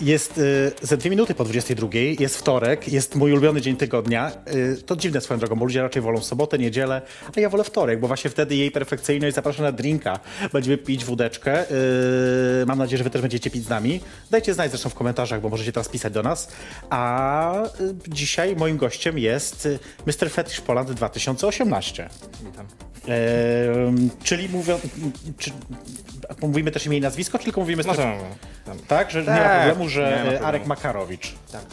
Jest y, ze dwie minuty po 22, jest wtorek, jest mój ulubiony dzień tygodnia. Y, to dziwne swoją drogą, bo ludzie raczej wolą sobotę, niedzielę, a ja wolę wtorek, bo właśnie wtedy jej perfekcyjność zaprasza na drinka. Będziemy pić wódeczkę. Y, mam nadzieję, że wy też będziecie pić z nami. Dajcie znać zresztą w komentarzach, bo możecie teraz pisać do nas. A y, dzisiaj moim gościem jest y, Mr. Fetish Poland 2018. Witam. Em, czyli mówią, czy, mówimy też imię i nazwisko, czy tylko mówimy Mr. Możemy. Tam. Tak, że nie ma Tak. problemu, że Nie ma e, problemu. Arek Makarowicz. Tak.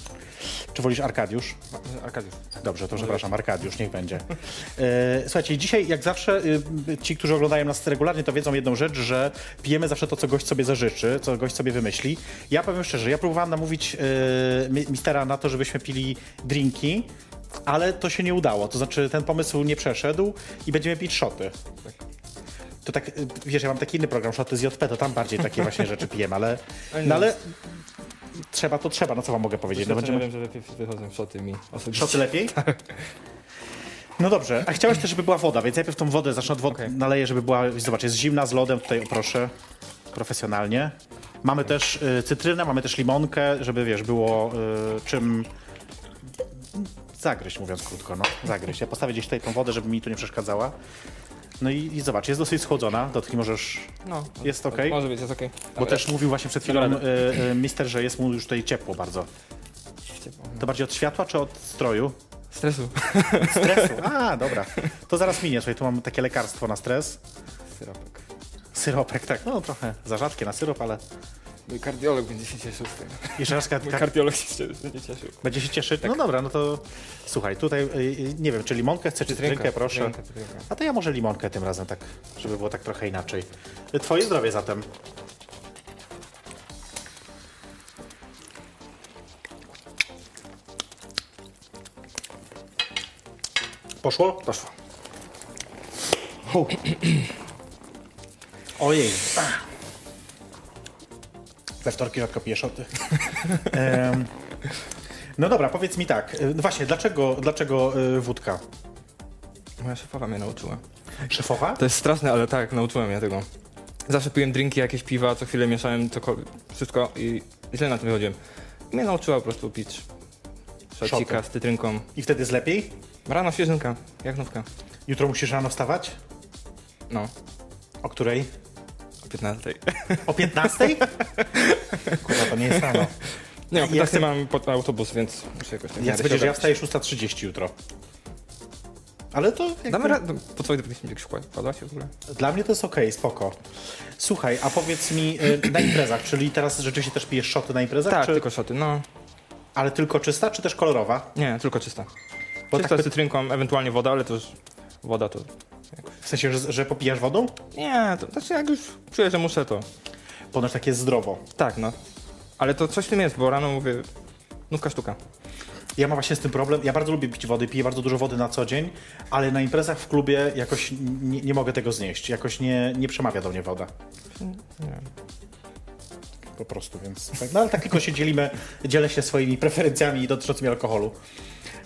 Czy wolisz Arkadiusz? Arkadiusz. Tak. Dobrze, to przepraszam, Arkadiusz, niech będzie. E, słuchajcie, dzisiaj jak zawsze y, ci, którzy oglądają nas regularnie, to wiedzą jedną rzecz, że pijemy zawsze to, co gość sobie zażyczy, co gość sobie wymyśli. Ja powiem szczerze, ja próbowałem namówić y, mi- mistera na to, żebyśmy pili drinki, ale to się nie udało. To znaczy ten pomysł nie przeszedł i będziemy pić szoty. To tak, y, wiesz, ja mam taki inny program, Szoty z JP, to tam bardziej takie właśnie rzeczy pijemy, ale, Ale nie. no, ale trzeba to trzeba, no co wam mogę powiedzieć? No, będziemy... Będziemy... Znaczy, wiem, że lepiej wychodzą szoty mi osobiście. Szoty lepiej? Tak. No dobrze, a chciałeś też, żeby była woda, więc najpierw tą wodę zacznę od wody, Okej. naleję, żeby była, zobacz, jest zimna, z lodem, tutaj proszę, profesjonalnie. Mamy też y, cytrynę, mamy też limonkę, żeby, wiesz, było y, czym zagryźć, mówiąc krótko, no, zagryźć. Ja postawię gdzieś tutaj tą wodę, żeby mi tu nie przeszkadzała. No i, i zobacz, jest dosyć schłodzona, dotknij możesz, No. jest okej? Może być, jest okej. bo Dobra, też mówił właśnie przed chwilą y, y, mister, że jest mu już tutaj ciepło bardzo. ciepło. no. To bardziej od światła czy od stroju? Stresu. Stresu. A, dobra. To zaraz minie. Słuchaj, tu mam takie lekarstwo na stres. Syropek. Syropek, tak. No trochę za rzadkie na syrop, ale Mój kardiolog będzie się cieszył z tego. jeszcze raz Mój kartka kardiolog się cie- będzie cieszył. będzie się cieszyć. No dobra, no to słuchaj, tutaj y, y, nie wiem, czy limonkę chcesz, czy cytrynkę, proszę. Cytrynka, cytrynka. A to ja może limonkę tym razem, tak, żeby było tak trochę inaczej. Twoje zdrowie zatem. Poszło? Poszło. Ojej. We wtorki rzadko piję szoty. Em, no dobra, powiedz mi tak. y, no Właśnie, dlaczego, dlaczego y, wódka? Moja szefowa mnie nauczyła. Szefowa? To jest straszne, ale tak, nauczyłem mnie tego. Zawsze piłem drinki, jakieś piwa, co chwilę mieszałem cokolwiek, wszystko i źle na tym wychodziłem. Mnie nauczyła po prostu pić szocika Szoty. z cytrynką. I wtedy jest lepiej? Rano świeżynka, jak nówka. Jutro musisz rano wstawać? No, O której? o 15. O 15? Kurwa, to nie jest rano. Nie, o Ja 15 chcę- mam pod autobus, więc muszę jakoś tak Jak będziesz, miarę się ja ogarnąć. wstaję 6.30 jutro. Ale to jakby, Damy radę, no, po co powinniśmy jakiś kład? Padła się w ogóle? dla mnie to jest okej, spoko. Słuchaj, a powiedz mi y, na imprezach, czyli teraz rzeczywiście też pijesz szoty na imprezach? Tak, czy, tylko szoty, no. Ale tylko czysta, czy też kolorowa? Nie, tylko czysta. Bo czysta tak z cytrynką, ewentualnie woda, ale to już woda to... W sensie, że, że popijasz wodą? Nie, to znaczy jak już czuję, że muszę to. Ponoć tak jest zdrowo. Tak, no. Ale to coś w tym jest, bo rano mówię, nówka sztuka. Ja mam właśnie z tym problem. Ja bardzo lubię pić wody, piję bardzo dużo wody na co dzień, ale na imprezach w klubie jakoś nie, nie mogę tego znieść. Jakoś nie, nie przemawia do mnie woda. Po prostu, więc. Tak. No ale tak tylko się dzielimy, dzielę się swoimi preferencjami dotyczącymi alkoholu.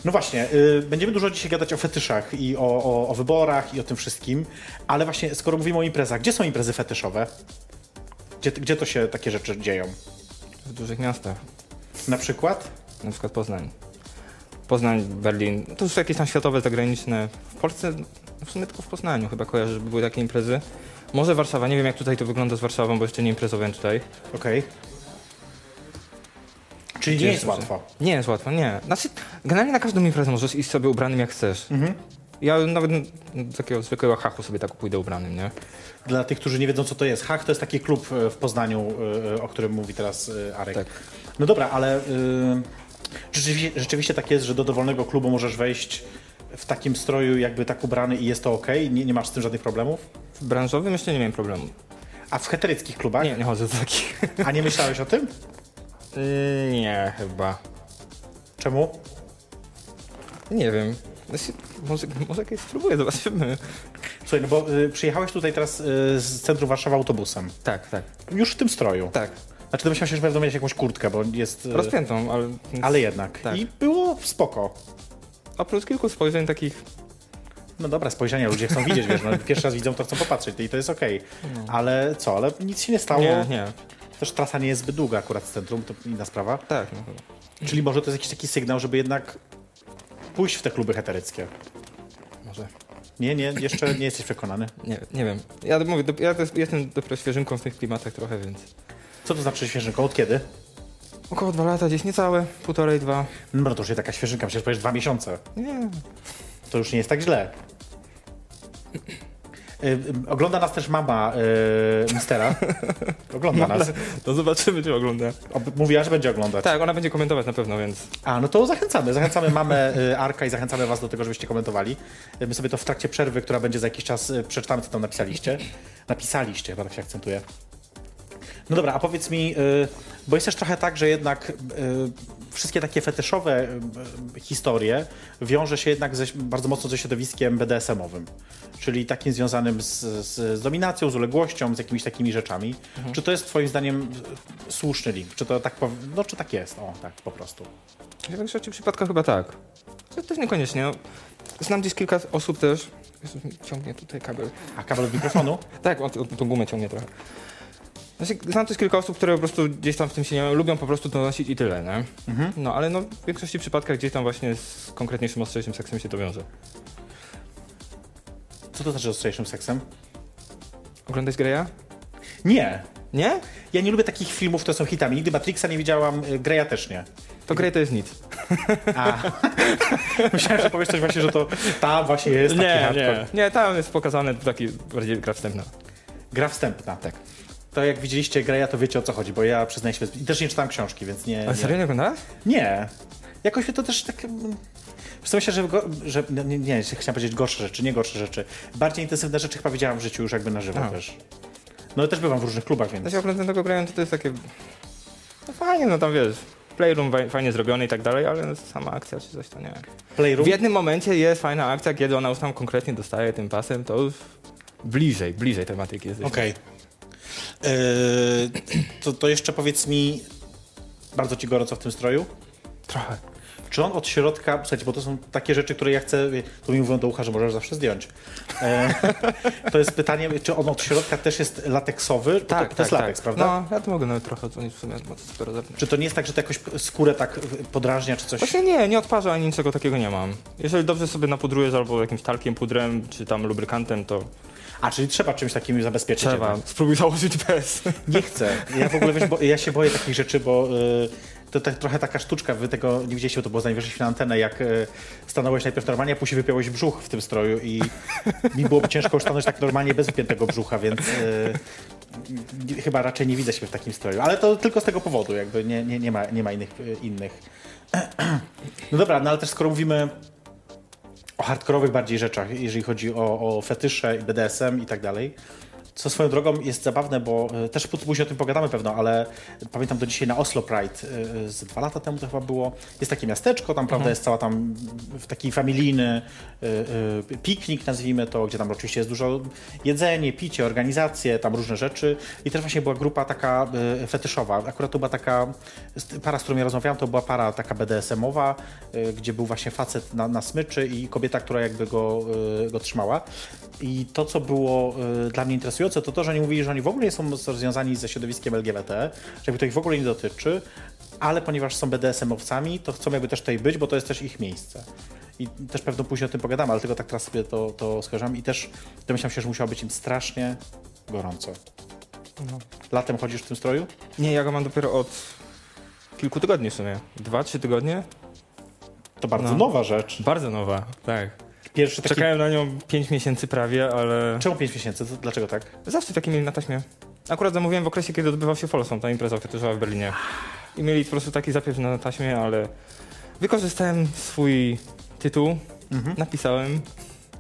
No właśnie, y, będziemy dużo dzisiaj gadać o fetyszach i o, o, o wyborach i o tym wszystkim, ale właśnie skoro mówimy o imprezach, gdzie są imprezy fetyszowe? Gdzie, gdzie to się takie rzeczy dzieją? W dużych miastach, Na przykład? na przykład Poznań. Poznań, Berlin, to już jakieś tam światowe, zagraniczne. W Polsce, no w sumie tylko w Poznaniu chyba kojarzę, że były takie imprezy. Może Warszawa, nie wiem jak tutaj to wygląda z Warszawą, bo jeszcze nie imprezowałem tutaj. Okej. Czyli nie Gdzie jest są- łatwo. Nie jest łatwo, nie. Znaczy, generalnie na każdą imprezę możesz iść sobie ubranym jak chcesz. Ja nawet no, takiego zwykłego hachu sobie tak pójdę ubranym, nie? Dla tych, którzy nie wiedzą, co to jest, Hach to jest taki klub e, w Poznaniu, e, o którym mówi teraz e, Arek. Tak. No dobra, ale y, rzeczywiście, rzeczywiście tak jest, że do dowolnego klubu możesz wejść w takim stroju, jakby tak ubrany i jest to ok, nie, nie masz z tym żadnych problemów? W branżowym jeszcze nie miałem problemu. A w heteryckich klubach? Nie, nie chodzę do takich. A nie myślałeś o tym? nie, chyba. Czemu? Nie wiem. Znaczy, może, może jakieś spróbuję, zobaczymy. Słuchaj, no bo y, przyjechałeś tutaj teraz y, z centrum Warszawy autobusem. Tak, tak. Już w tym stroju. Tak. Znaczy domyślam się, że będą mieć jakąś kurtkę, bo jest... y, Rozpiętą, ale... Ale jednak. Tak. I było spoko. Oprócz kilku spojrzeń takich No dobra, spojrzenia ludzie chcą widzieć, wiesz, no, pierwszy raz widzą, to chcą popatrzeć i to jest okej. Ale co, ale nic się nie stało. No. Nie, nie. Też trasa nie jest zbyt długa akurat z centrum, to inna sprawa. Tak, no chyba. Czyli może to jest jakiś taki sygnał, żeby jednak pójść w te kluby heteryckie. Może. Nie, nie, jeszcze nie jesteś przekonany. Nie, nie wiem. Ja mówię, dop- ja też jestem dopiero świeżynką w tych klimatach trochę, więc... Co to znaczy świeżynka? Od kiedy? Około dwa lata, gdzieś niecałe, półtorej, dwa. No to już jest taka świeżynka, przecież powiesz dwa miesiące. Nie, To już nie jest tak źle. Y, y, Ogląda nas też mama y, Mistera. Ogląda nas. to zobaczymy, czy ogląda. Ob- Mówiła, że będzie oglądać. Tak, ona będzie komentować na pewno, więc... A, no to zachęcamy. Zachęcamy mamę y, Arka i zachęcamy was do tego, żebyście komentowali. Y, My sobie to w trakcie przerwy, która będzie za jakiś czas, y, przeczytamy, co tam napisaliście. Napisaliście, chyba tak się akcentuje. No dobra, a powiedz mi, y, bo jest też trochę tak, że jednak y, wszystkie takie fetyszowe y, y, historie wiąże się jednak ze, bardzo mocno ze środowiskiem BDSM-owym, czyli takim związanym z, z, z dominacją, z uległością, z jakimiś takimi rzeczami. Czy to jest twoim zdaniem y, słuszny link? Czy to tak, pow- no, czy tak jest? O, tak po prostu. W większości przypadkach chyba tak. To też niekoniecznie. No. Znam gdzieś kilka osób też. Jezus, mi ciągnie tutaj kabel. A kabel od mikrofonu? Tak, on, on tą gumę ciągnie trochę. Znaczy, znam też kilka osób, które po prostu gdzieś tam w tym się nie mają, lubią po prostu to nosić i tyle, nie? No, ale no, w większości przypadkach gdzieś tam właśnie z konkretniejszym, ostrzejszym seksem się to wiąże. Co to znaczy z ostrzejszym seksem? Oglądasz Greya? Nie. Nie? Ja nie lubię takich filmów, które są hitami. Nigdy Matrixa nie widziałam, y, Greya też nie. To Grey to jest nic. A. Myślałem, że powiesz coś właśnie, że to tam właśnie jest taki hardcore. Nie, tam jest pokazane taki bardziej gra wstępna. Gra wstępna. Tak. To jak widzieliście Greya, to wiecie o co chodzi, bo ja przyznaję się, bez- i też nie czytałem książki, więc nie... Ale serio nie oglądasz? Nie. nie. Jakoś mi to też tak... mm, W sumie myślę, że, go, że no, nie, nie, chciałem powiedzieć gorsze rzeczy, nie gorsze rzeczy. Bardziej intensywne rzeczy chyba widziałam w życiu już jakby na żywo A. też. No ja też bywam w różnych klubach, więc... Znaczy oglądam tego Greya, to to jest takie... No fajnie, no tam wiesz, playroom fa- fajnie zrobiony i tak dalej, ale no, sama akcja czy coś to nie. Playroom? W jednym momencie jest fajna akcja, kiedy ona już tam konkretnie dostaje tym pasem, to już bliżej, bliżej tematyki jest. Okej. Yy, to, to jeszcze powiedz mi, bardzo ci gorąco w tym stroju. Trochę. Czy on od środka, słuchajcie, bo to są takie rzeczy, które ja chcę, tu mi mówią do ucha, że możesz zawsze zdjąć. E, to jest pytanie, czy on od środka też jest lateksowy? Bo to, to jest lateks, prawda? Tak, No, ja to mogę nawet trochę odsłonić w sumie od super zewnątrz. Czy to nie jest tak, że to jakoś skórę tak podrażnia, czy coś? Właśnie nie, nie odparza ani niczego takiego nie mam. Jeżeli dobrze sobie napudrujesz albo jakimś talkiem, pudrem, czy tam lubrykantem, to A, czyli trzeba czymś takim zabezpieczyć. trzeba. jednak. Spróbuj założyć bez. Nie chcę. Ja w ogóle, wiesz, bo, ja się boję takich rzeczy, bo y, to tak, trochę taka sztuczka, wy tego nie widzieliście, bo to było zanim weszliśmy na antenę, jak y, stanąłeś najpierw normalnie, a później wypiąłeś brzuch w tym stroju i mi było ciężko stanąć tak normalnie bez wypiętego brzucha, więc y, chyba raczej nie widzę siebie w takim stroju. Ale to tylko z tego powodu, jakby nie, nie, nie, ma, nie ma innych. y, innych. No dobra, no ale też skoro mówimy o hardkorowych bardziej rzeczach, jeżeli chodzi o, o fetysze i BDSM i tak dalej. Co swoją drogą jest zabawne, bo y, też pó- później o tym pogadamy pewno, ale pamiętam do dzisiaj na Oslo Pride y, z dwa lata temu to chyba było. Jest takie miasteczko, tam prawda jest cała tam w taki familijny y, y, piknik nazwijmy to, gdzie tam oczywiście jest dużo jedzenie, picie, organizacje, tam różne rzeczy. I też właśnie była grupa taka y, fetyszowa. Akurat to była taka z- para, z którą ja rozmawiałem, to była para taka BDSM-owa, y, gdzie był właśnie facet na, na smyczy i kobieta, która jakby go, y, go trzymała. I to, co było y, dla mnie interesujące, to to, że oni mówili, że oni w ogóle nie są związani ze środowiskiem LGBT, że jakby to ich w ogóle nie dotyczy, ale ponieważ są BDSM-owcami, to chcą jakby też tutaj być, bo to jest też ich miejsce. I też pewno później o tym pogadamy, ale tylko tak teraz sobie to, to skojarzam i też domyślam się, że musiało być im strasznie gorąco. No. Latem chodzisz w tym stroju? Nie, ja go mam dopiero od kilku tygodni w sumie. Dwa, trzy tygodnie? To bardzo No. nowa rzecz. Bardzo nowa, tak. Pierwszy taki... Czekałem na nią pięć miesięcy prawie, ale... Czemu 5 miesięcy? To Dlaczego tak? Zawsze taki mieli na taśmie. Akurat zamówiłem w okresie, kiedy odbywał się Folsom, ta impreza fetuszowa w Berlinie. I mieli po prostu taki zapiew na taśmie, ale wykorzystałem swój tytuł, Mhm. napisałem.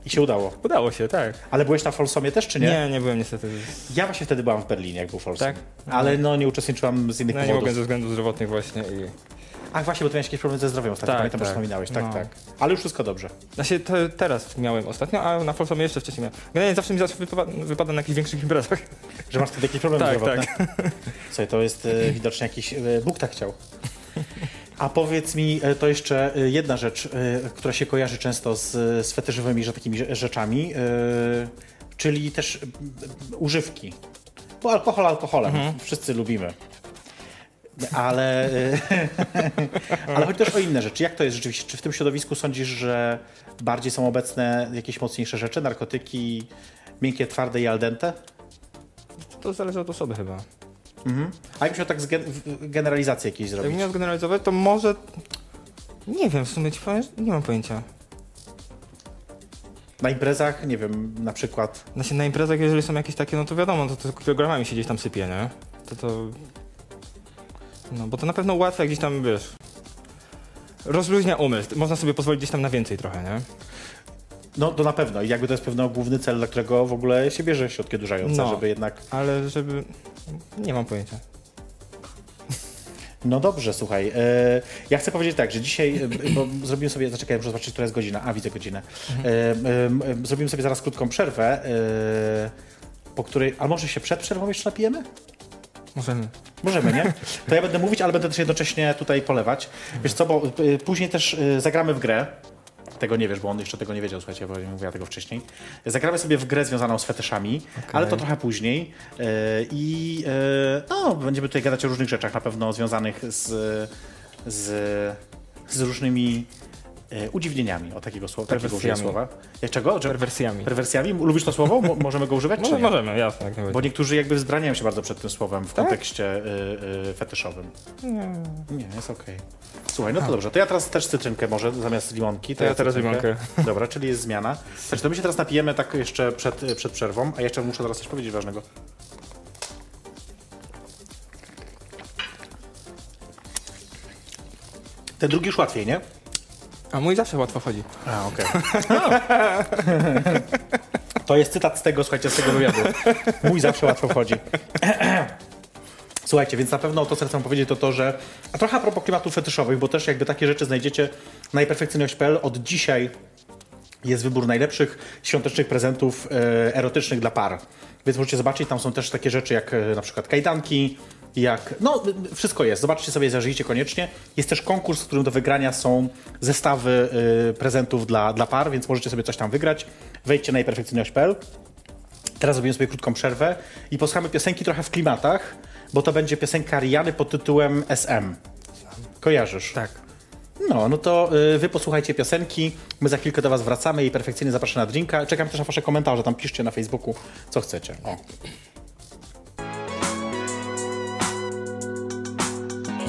I się udało. Udało się, tak. Ale byłeś na Folsomie też, czy nie? Nie, nie, byłem niestety. Ja właśnie wtedy byłam w Berlinie, jak był Folsom. Tak? Ale no nie uczestniczyłam z innych No, nie powodów. mogłem ze względów zdrowotnych właśnie i... Ach właśnie, bo ty miałeś jakieś problemy ze zdrowiem ostatnio, Tak, pamiętam, że tak. wspominałeś. Tak, No. tak. Ale już wszystko dobrze. Znaczy to teraz miałem ostatnio, a na Folsom jeszcze wcześniej miałem. Generalnie zawsze mi zawsze wypada, wypada na jakichś większych imprezach. Że masz wtedy jakieś problemy Tak, zdrowotne. Tak. Słuchaj, to jest e, widocznie jakiś... E, Bóg tak chciał. A powiedz mi, e, to jeszcze e, jedna rzecz, e, która się kojarzy często z, z fetyszowymi że takimi rze- rzeczami, e, czyli też m, m, używki. Bo alkohol alkoholem, Mhm. wszyscy lubimy. Ale, e, ale chodzi też o inne rzeczy. Jak to jest rzeczywiście? Czy w tym środowisku sądzisz, że bardziej są obecne jakieś mocniejsze rzeczy, narkotyki, miękkie, twarde i al dente? To zależy od osoby chyba. A jakbyś miał tak z gen- w- generalizację jakieś Jak zrobić? miał generalizować, to może... Nie wiem, w sumie ci powiem, że nie mam pojęcia. Na imprezach, nie wiem, na przykład Znaczy na imprezach, jeżeli są jakieś takie, no to wiadomo, to, to kilogramami się gdzieś tam sypie, nie? To to... No, bo to na pewno ułatwia gdzieś tam, wiesz... Rozluźnia umysł. Można sobie pozwolić gdzieś tam na więcej trochę, nie? No to na pewno. I jakby to jest pewno główny cel, dla którego w ogóle się bierze środki odurzające, No. żeby jednak... Ale żeby... Nie mam pojęcia. No dobrze, słuchaj. E, ja chcę powiedzieć tak, że dzisiaj, e, bo zrobimy sobie... Zaczekaj, muszę zobaczyć, która jest godzina. A, widzę godzinę. Mhm. E, e, e, zrobimy sobie zaraz krótką przerwę, e, po której... A może się przed przerwą jeszcze napijemy? Możemy. Możemy, nie? To ja będę mówić, ale będę też jednocześnie tutaj polewać. Wiesz co, bo y, później też y, zagramy w grę. Tego nie wiesz, bo on jeszcze tego nie wiedział, słuchajcie, bo nie mówiła tego wcześniej. Zagramy sobie w grę związaną z fetyszami, ale to trochę później. Y, I y, no, będziemy tutaj gadać o różnych rzeczach na pewno związanych z, z, z różnymi y, udziwnieniami, o takiego słowa. Takiego użyję Perwersjami. słowa. Jak czego? Że- Perwersjami. Perwersjami? Lubisz to słowo? Mo- możemy go używać? czy Może, nie? możemy, jasne, Tak, jak Bo najbardziej. niektórzy jakby wzbraniają się bardzo przed tym słowem w kontekście y, y, fetyszowym. Nie, jest okej. Słuchaj, no to dobrze, to ja teraz też cytrynkę może zamiast limonki. To ja teraz cytrynkę. Dobra, czyli jest zmiana. Znaczy, to my się teraz napijemy tak jeszcze przed, y, przed przerwą, a jeszcze muszę teraz coś powiedzieć ważnego. Ten drugi już łatwiej, nie? A mój zawsze łatwo chodzi. A, okej. To jest cytat z tego, słuchajcie, z tego wywiadu. Mój zawsze łatwo wchodzi. Słuchajcie, więc na pewno to, co chcę powiedzieć, to to, że a trochę a propos klimatów fetyszowych, bo też jakby takie rzeczy znajdziecie na najperfekcyjność.pl od dzisiaj jest wybór najlepszych świątecznych prezentów e, erotycznych dla par. Więc możecie zobaczyć, tam są też takie rzeczy jak e, na przykład kajdanki, jak. No, y, wszystko jest. Zobaczcie sobie, zażyjcie koniecznie. Jest też konkurs, w którym do wygrania są zestawy e, prezentów dla, dla par, więc możecie sobie coś tam wygrać. Wejdźcie na perfekcyjność.pl. Teraz zrobimy sobie krótką przerwę i posłuchamy piosenki trochę w klimatach, bo to będzie piosenka Riany pod tytułem SM. Kojarzysz? Tak. No, no to y, wy posłuchajcie piosenki, my za chwilkę do was wracamy i perfekcyjnie zapraszam na drinka. Czekam też na wasze komentarze, tam piszcie na Facebooku, co chcecie. O.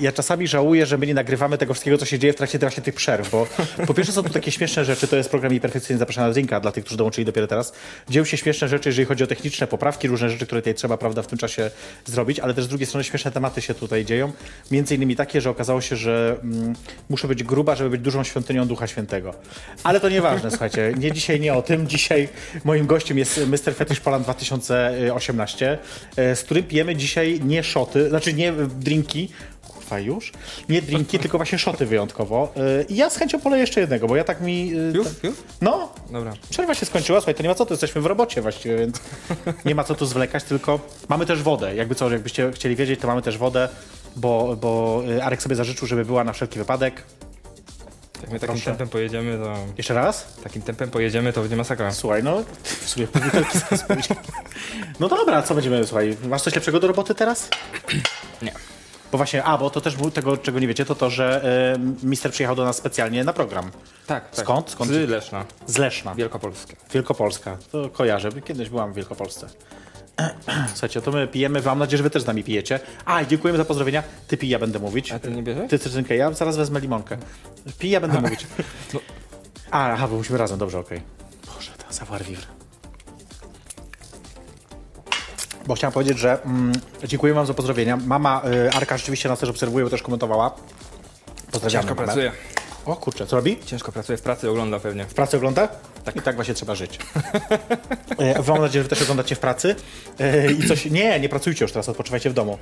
Ja czasami żałuję, że my nie nagrywamy tego wszystkiego, co się dzieje w trakcie właśnie tych przerw, bo po pierwsze są tu takie śmieszne rzeczy, to jest program i perfekcyjnie zapraszam na drinka dla tych, którzy dołączyli dopiero teraz. Dzieją się śmieszne rzeczy, jeżeli chodzi o techniczne poprawki, różne rzeczy, które tutaj trzeba, prawda, w tym czasie zrobić, ale też z drugiej strony śmieszne tematy się tutaj dzieją. Między innymi takie, że okazało się, że mm, muszę być gruba, żeby być dużą świątynią Ducha Świętego. Ale to nieważne, słuchajcie, nie dzisiaj, nie o tym. Dzisiaj moim gościem jest Mr. Fetish Poland 2018, e, z którym pijemy dzisiaj nie szoty, znaczy nie drinki, Kurwa, już? Nie drinki, tylko właśnie szoty wyjątkowo. Yy, I ja z chęcią poleję jeszcze jednego, bo ja tak mi... yy, Już? tak- Już? No, Dobra. przerwa się skończyła, słuchaj, to nie ma co, to jesteśmy w robocie właściwie, więc nie ma co tu zwlekać, tylko mamy też wodę. Jakby co, jakbyście chcieli wiedzieć, to mamy też wodę, bo, bo yy, Arek sobie zażyczył, żeby była na wszelki wypadek. Jak my takim Proszę. tempem pojedziemy, to... Jeszcze raz? Takim tempem pojedziemy, to będzie masakra. Słuchaj, no w sumie pół butelki zaraz będzie. No dobra, co będziemy, słuchaj, masz coś lepszego do roboty teraz? Nie. Bo właśnie, a, bo to też był tego, czego nie wiecie, to to, że yy, mister przyjechał do nas specjalnie na program. Tak, tak. Skąd? Skąd? Z Leszna. Z Leszna. Wielkopolskie. Wielkopolska. To kojarzę, kiedyś byłam w Wielkopolsce. Słuchajcie, to my pijemy, mam nadzieję, że wy też z nami pijecie. A, i dziękujemy za pozdrowienia. Ty pij, ja będę mówić. A ty nie bierzesz? Ty cytrynkę, ja zaraz wezmę limonkę. Pij, ja będę mówić. No. A, aha, bo musimy razem, dobrze, okej. Boże, ta savoir vivre. Bo chciałem powiedzieć, że mm, dziękuję wam za pozdrowienia. Mama y, Arka rzeczywiście nas też obserwuje, bo też komentowała. Pozdrawiam Ciężko pracuje. O kurczę, co robi? Ciężko pracuje, w pracy ogląda pewnie. W pracy ogląda? Tak. I tak właśnie trzeba żyć. E, Mam nadzieję, że też oglądacie w pracy. E, I coś. Nie, nie pracujcie już teraz, odpoczywajcie w domu.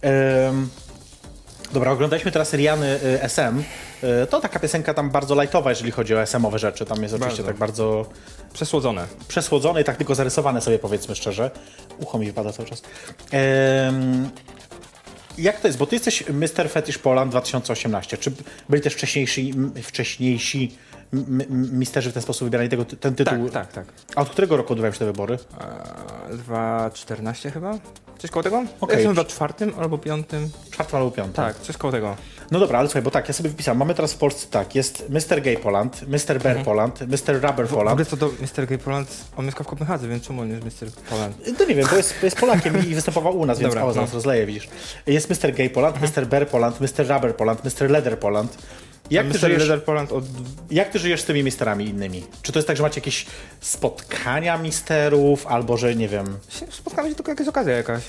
Em, Dobra, oglądaliśmy teraz Riany y, SM. Y, To taka piosenka tam bardzo lightowa, jeżeli chodzi o SM-owe rzeczy. Tam jest oczywiście Bardzo. tak bardzo Przesłodzone. przesłodzone i tak tylko zarysowane sobie, powiedzmy szczerze. Ucho mi wypada cały czas. Em, jak to jest? Bo ty jesteś Mr. Fetish Poland 2018. Czy byli też wcześniejsi, m, wcześniejsi m- m- misterzy w ten sposób wybierali tego, ty- ten tytuł? Tak, tak, tak. A od którego roku odbywają się te wybory? Eee, 2.14 chyba? Coś koło tego? Okej. Okay. Jestem w czwartym albo piątym. Czwartym albo piątym? Tak, coś koło tego. No dobra, ale słuchaj, bo tak, ja sobie wypisałem. Mamy teraz w Polsce tak, jest Mr. Gay Poland, Mr. Bear Poland, Mr. Rubber Mhm. W Poland. ogóle co do Mr. Gay Poland, on mieszka w Kopenhadze, więc czemu on jest Mr. Poland? To No nie wiem, bo jest, jest Polakiem i występował u nas, więc Dobra, Dobra, o, zaraz no. Mhm. rozleje, widzisz. Jest Mr. Gay Poland, Mr. Bear Poland, Mr. Rubber Poland, Mr. Leather Poland. Jak ty, Mr. żyjesz, Leather Poland od... jak ty żyjesz z tymi misterami innymi? Czy to jest tak, że macie jakieś spotkania misterów, albo że nie wiem, Się- Spotkamy się tylko jakaś okazja jakaś.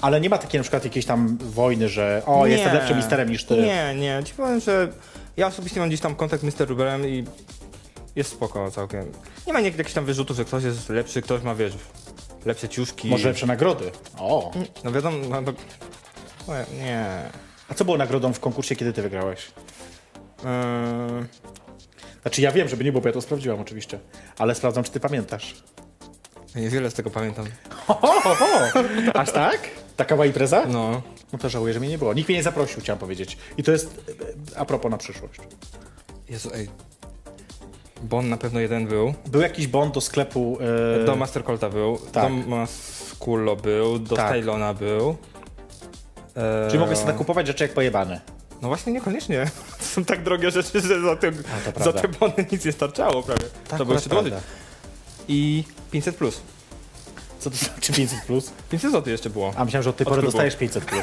ale nie ma takiej na przykład jakiejś tam wojny, że o, jestem Nie. lepszym misterem niż ty. Nie, nie. Ci powiem, że ja osobiście mam gdzieś tam kontakt z Mr. Ruberem i jest spoko całkiem. Nie ma nikt- jakichś tam wyrzutów, że ktoś jest lepszy, ktoś ma, wiesz, lepsze ciuszki. Może lepsze nagrody. O. No wiadomo, no, to- no, nie. A co było nagrodą w konkursie, kiedy ty wygrałeś? Eee, Znaczy ja wiem, żeby nie było, bo ja to sprawdziłam oczywiście, ale sprawdzam, czy ty pamiętasz. niewiele z tego pamiętam. Ho, ho, ho, ho. Aż tak? Taka była impreza? No. No to żałuję, że mnie nie było. Nikt mnie nie zaprosił, chciałem powiedzieć. I to jest e, a propos na przyszłość. Jezu, ej. Bon na pewno jeden był. Był jakiś bon do sklepu. e, Do Mastercolta był. tak. Do Mascullo był. Do Tak. Stylona był. Eee, Czyli mogę sobie kupować rzeczy jak pojebane. No właśnie, niekoniecznie. To są tak drogie rzeczy, że za te, prawda. Tak, za te bony nic nie starczało prawie. to było akurat jeszcze dołożyć. prawda. I 500 plus. Co to znaczy 500 plus? 500 zł jeszcze było. A myślałem, że od tej pory klubu. dostajesz 500 plus.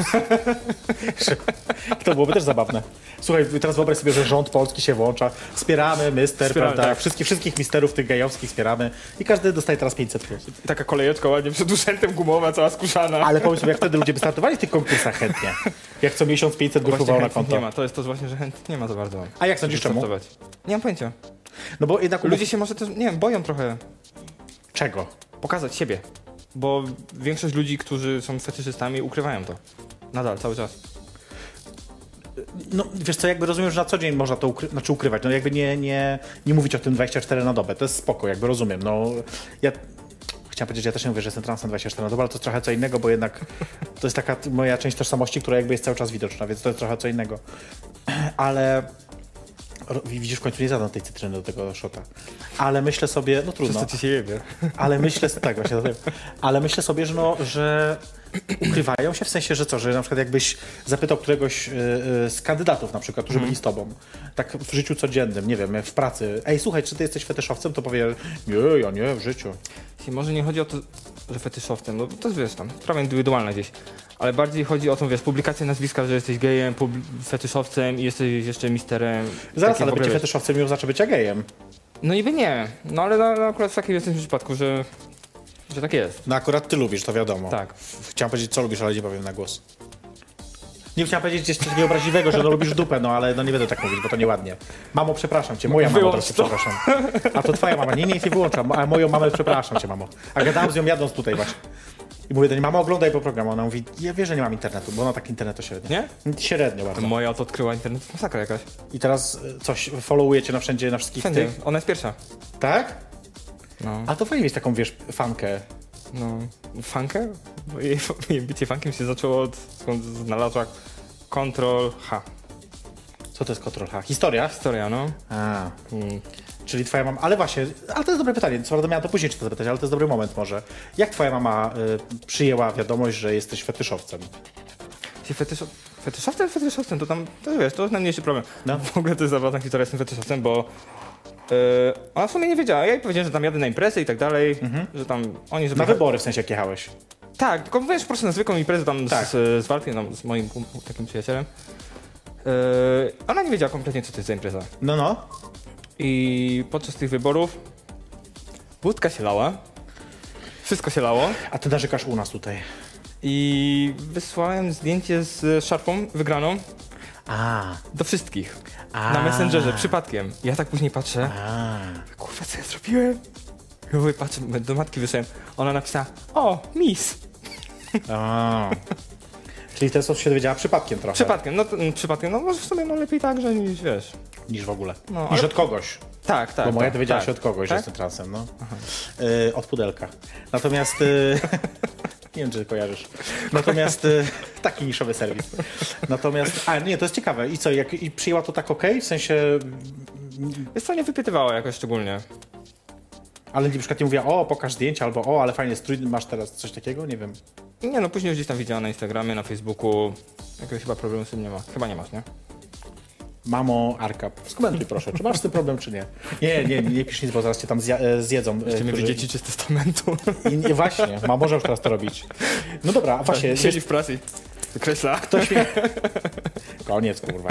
to byłoby też zabawne. Słuchaj, teraz wyobraź sobie, że rząd polski się włącza. Wspieramy mister, Wspieramy, prawda? tak. Wszystkich, wszystkich misterów tych gejowskich wspieramy. I każdy dostaje teraz 500 plus. Taka kolejeczka ładnie przed uszętem gumowa, cała skuszana. Ale pomyśl sobie, jak wtedy ludzie by startowali w tych konkursach chętnie. Jak co miesiąc 500 Właśnie grupowało na chętnych konto. nie ma. To jest to właśnie, że chętnych nie ma za bardzo. A jak sądzisz, Żeby czemu? startować. Nie mam pojęcia. No bo jednak Ludzie się może też, nie wiem, boją trochę Czego? pokazać siebie. Bo większość ludzi, którzy są fetyszystami, ukrywają to. Nadal, cały czas. No wiesz co, jakby rozumiem, że na co dzień można to ukry- znaczy ukrywać, no jakby nie, nie, nie mówić o tym 24 na dobę, to jest spoko, jakby rozumiem, no ja chciałem powiedzieć, ja też nie mówię, że jestem transem 24 na dobę, ale to jest trochę co innego, bo jednak to jest taka t- moja część tożsamości, która jakby jest cały czas widoczna, więc to jest trochę co innego, ale ro- widzisz, w końcu nie zadam tej cytryny do tego szota, ale myślę sobie, no trudno, ci się jebie? ale myślę, tak właśnie, dlatego. ale myślę sobie, że, no, że ukrywają się w sensie, że co, że na przykład jakbyś zapytał któregoś y, y, z kandydatów na przykład, którzy byli z tobą, tak w życiu codziennym, nie wiem, w pracy, ej słuchaj, czy ty jesteś fetyszowcem, to powie, nie, ja nie, w życiu. I może nie chodzi o to, że fetyszowcem, no to wiesz tam, sprawa indywidualna gdzieś. Ale bardziej chodzi o tą, wiesz, publikację nazwiska, że jesteś gejem, pub- fetyszowcem i jesteś jeszcze misterem. Zaraz, Takim ale w ogóle, bycie wiesz. fetyszowcem już znaczy bycia gejem. No niby nie, no ale no, no, akurat w takim jesteśmy przypadku, że, że tak jest. No akurat ty lubisz, to wiadomo. Tak. Chciałem powiedzieć, co lubisz, ale nie powiem na głos. Nie chciałem powiedzieć jeszcze takiego obraźliwego, że no lubisz dupę, no ale no nie będę tak mówić, bo to nieładnie. Mamo, przepraszam cię, moja mama Wyłącz teraz cię to. przepraszam. A to twoja mama, nie, nie, nie wyłączam, a moją mamę przepraszam cię, mamo. A gadałem z nią jadąc tutaj właśnie. I mówię do niej, mama oglądaj po programie. Ona mówi, ja wiem, że nie mam internetu, bo ona tak internetu średnio. Nie? Średnio bardzo. Moja to odkryła internet, to jest masakra jakaś. I teraz y, coś, followuje cię na wszędzie, na wszystkich Wszędzie, tych, ona jest pierwsza. tak? No, A to fajnie mieć taką, wiesz, fankę. no, funkę? Bo jej, jej bycie funkiem się zaczęło od, skąd znalazła Control H. Co to jest Ctrl H? Historia? Historia, no. A. Mm. Czyli twoja mama, ale właśnie, ale to jest dobre pytanie, co prawda miałam to później cię to zapytać, ale to jest dobry moment może. Jak twoja mama y, przyjęła wiadomość, że jesteś fetyszowcem? Się fetyszo- fetyszowcem, fetyszowcem, to tam, to wiesz, to jest najmniejszy problem. No. W ogóle to jest zabawna historia z tym fetyszowcem, bo yy, ona w sumie nie wiedziała. Ja jej powiedziałem, że tam jadę na imprezę i tak dalej, że tam oni... Mhm. Żeby Na wybory w sensie jak jechałeś. Tak, tylko wiesz, po prostu na zwykłą imprezę tam Tak. z, z Walkiem, tam, z moim kum- takim przyjacielem. Yy, ona nie wiedziała kompletnie, co to jest za impreza. No, no. I podczas tych wyborów wódka się lała, wszystko się lało A ty narzekasz u nas tutaj. i wysłałem zdjęcie z szarfą wygraną A, do wszystkich. A. Na Messengerze, przypadkiem. Ja tak później patrzę, a. kurwa, co ja zrobiłem? Ja mówię, patrzę, do matki wyszedłem. Ona napisała, o, miss. a. Czyli ten sos się dowiedziała przypadkiem trochę. Przypadkiem, no to- mm, przypadkiem, no może w sumie no lepiej tak, że niż wiesz. Niż w ogóle. No, Niż ale- od kogoś. Tak, tak. Bo moja tak, dowiedziała tak. się od kogoś, że tak? jestem transem, no. Y, od pudelka. Natomiast... Y, nie wiem, czy kojarzysz. Natomiast... Y, taki niszowy serwis. Natomiast... A, nie, to jest ciekawe. I co, jak i przyjęła to tak okej? W sensie... Wiesz co, nie wypytywała jakoś szczególnie. Ale na przykład nie mówiła, o, pokaż zdjęcia, albo o, ale fajnie strój, masz teraz coś takiego? Nie wiem. Nie no, później już gdzieś tam widziała na Instagramie, na Facebooku. Jakiegoś chyba problemu z tym nie ma. Chyba nie masz, nie? Mamo, Arka, skomentuj proszę, czy masz z tym problem, czy nie? Nie, nie, nie pisz nic, bo zaraz cię tam zja- e, zjedzą. e, Czy którzy- mnie wydzieci czy z testamentu? I, nie, właśnie, ma może już teraz to robić. No dobra, a właśnie, wiesz, Siedzi w pracy i wykreśla. ktoś mnie... Koniec, kurwa.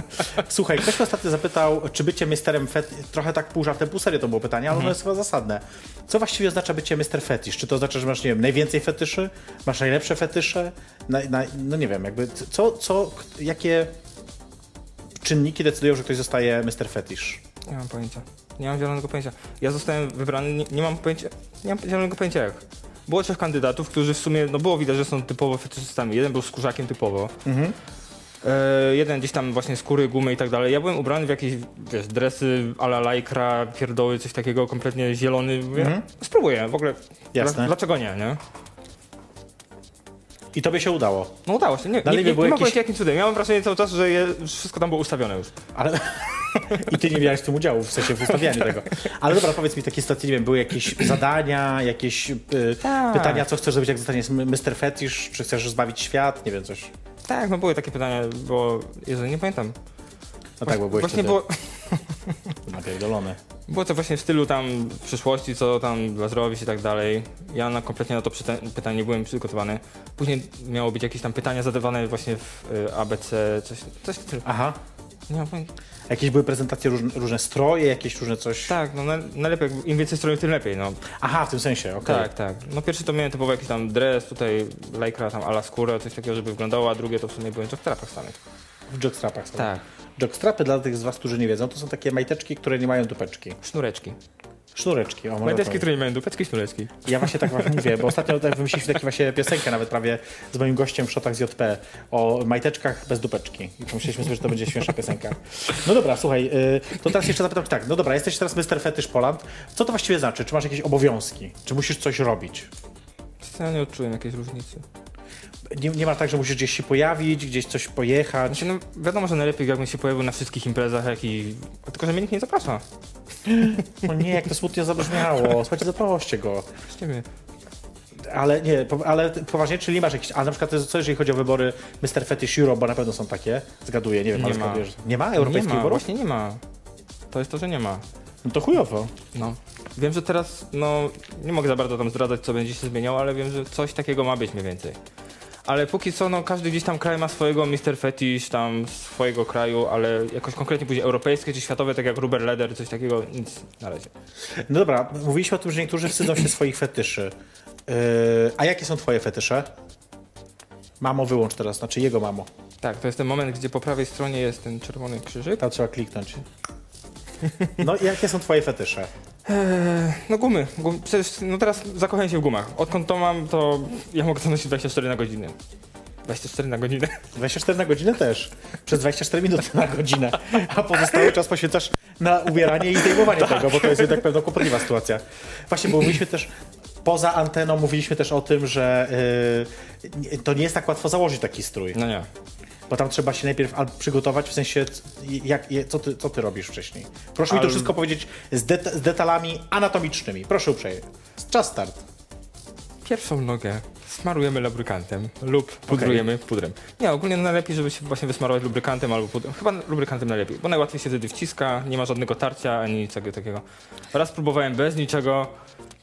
Słuchaj, ktoś mnie ostatnio zapytał, czy bycie Mr. Fetish, trochę tak pół żartem, pół serio to było pytanie, ale ono jest chyba zasadne. Co właściwie oznacza bycie Mr. Fetish? Czy to oznacza, że masz, nie wiem, najwięcej fetyszy? Masz najlepsze fetysze? Na, na, no nie wiem, jakby, co, co, jakie czynniki decydują, że ktoś zostaje Mr. Fetish? Nie mam pojęcia. Nie mam zielonego pojęcia. Ja zostałem wybrany, nie, nie mam pojęcia, nie mam zielonego pojęcia jak. Było trzech kandydatów, którzy w sumie, no było widać, że są typowo fetyszystami. Jeden był skórzakiem typowo. Mhm. E, jeden gdzieś tam właśnie skóry, gumy i tak dalej. Ja byłem ubrany w jakieś, wiesz, dresy ala lajkra, pierdoły, coś takiego, kompletnie zielony. Mówię, Spróbuję, w ogóle. Mhm. Jasne. Dla, dlaczego nie, nie? I tobie się udało. No udało się, nie, nie, Dalej nie, by nie, było mam jakieś- pojęcia jakim cudem. Ja mam wrażenie cały czas, że je, wszystko tam było ustawione już. Ale... I ty nie miałeś w tym udziału, w sensie w ustawianiu tego. Ale dobra, powiedz mi, takie sytuacje, nie wiem, były jakieś zadania, jakieś y, Tak. pytania, co chcesz zrobić, jak zostaniesz Mr. Fetish, czy chcesz zbawić świat, nie wiem, coś. Tak, no były takie pytania, bo, Jezu, nie pamiętam. No tak, bo byłeś Właśnie wtedy było, napierdolony. Było to właśnie w stylu tam przyszłości, co tam dla zrobić i tak dalej. Ja na kompletnie na to przyta- pytanie nie byłem przygotowany. Później miało być jakieś tam pytania zadawane właśnie w y, ABC, coś, coś w stylu. Aha. Nie mam pojęcia. Jakieś były prezentacje, różne, różne stroje, jakieś różne coś. Tak, no na, najlepiej, jakby- im więcej strojów, tym lepiej, no. Aha, w tym sensie, okej. Tak, tak. No pierwszy to miałem typowo jakiś tam dres, tutaj lajkra, tam ala skóra, coś takiego, żeby wyglądało, a drugie to w sumie byłem w trapach samych. W jockstrapach są. Tak. Jockstrapy, dla tych z was, którzy nie wiedzą, to są takie majteczki, które nie mają dupeczki. No, Sznureczki. Sznureczki, o może Majteczki, powiem. które nie mają dupeczki, sznureczki. Ja właśnie tak wam mówię, bo ostatnio tak wymyśliliśmy taką właśnie piosenkę nawet prawie z moim gościem w szotach z JP o majteczkach bez dupeczki. I pomyśleliśmy sobie, że to będzie śmieszna piosenka. No dobra, słuchaj, y, to teraz jeszcze zapytam tak, no dobra, jesteś teraz Mr. Fetysz Poland. Co to właściwie znaczy? Czy masz jakieś obowiązki? Czy musisz coś robić? Ja nie odczułem jakiejś różnicy. Nie, nie ma tak, że musisz gdzieś się pojawić, gdzieś coś pojechać. Znaczy, no wiadomo, że najlepiej jakbym się pojawił na wszystkich imprezach, jak i... Tylko, że mnie nikt nie zaprasza. No nie, jak to smutnie zabrzmiało. Słuchajcie, zaproście go. Właściwie. Ale nie, po, ale ty- poważnie, czyli masz jakieś. A na przykład, to jest- co jeżeli chodzi o wybory Mr. Fetish Euro, bo na pewno są takie, zgaduję, nie wiem, Nie ale ma. zgaduję, że nie ma Nie europejskich ma, wyborów? właśnie nie ma. To jest to, że nie ma. No to chujowo. No. Wiem, że teraz, no, nie mogę za bardzo tam zdradzać, co będzie się zmieniało, ale wiem, że coś takiego ma być mniej więcej. Ale póki co, no, każdy gdzieś tam kraj ma swojego Mr. Fetish, tam swojego kraju, ale jakoś konkretnie później europejskie czy światowe, tak jak Rubber Leder, coś takiego, nic na razie. No dobra, mówiliśmy o tym, że niektórzy wstydzą się swoich fetyszy. Yy, a jakie są twoje fetysze? Mamo, wyłącz teraz, znaczy jego mamo. Tak, to jest ten moment, gdzie po prawej stronie jest ten czerwony krzyżyk. Tam trzeba kliknąć. No i jakie są twoje fetysze? Eee, no gumy, gum, przecież, no teraz zakochałem się w gumach. Odkąd to mam, to ja mogę to nosić 24 na godzinę. 24 na godzinę. 24 na godzinę też. Przez 24 minuty na godzinę. A pozostały czas poświęcasz na ubieranie i zdejmowanie tego, bo to jest jednak pewno kłopotliwa sytuacja. Właśnie, bo mówiliśmy też poza anteną, mówiliśmy też o tym, że yy, nie- to nie jest tak łatwo założyć taki strój. No nie. Bo tam trzeba się najpierw al- przygotować, w sensie, c- jak, je- co, ty, co ty robisz wcześniej. Proszę mi to Al- wszystko powiedzieć z, det- z detalami anatomicznymi. Proszę uprzejmie. Czas start. Pierwszą nogę smarujemy lubrykantem lub pudrujemy pudrem. Nie, ogólnie no najlepiej, żeby się właśnie wysmarować lubrykantem albo pudrem. Chyba lubrykantem najlepiej, bo najłatwiej się wtedy wciska, nie ma żadnego tarcia ani niczego takiego. Raz próbowałem bez niczego,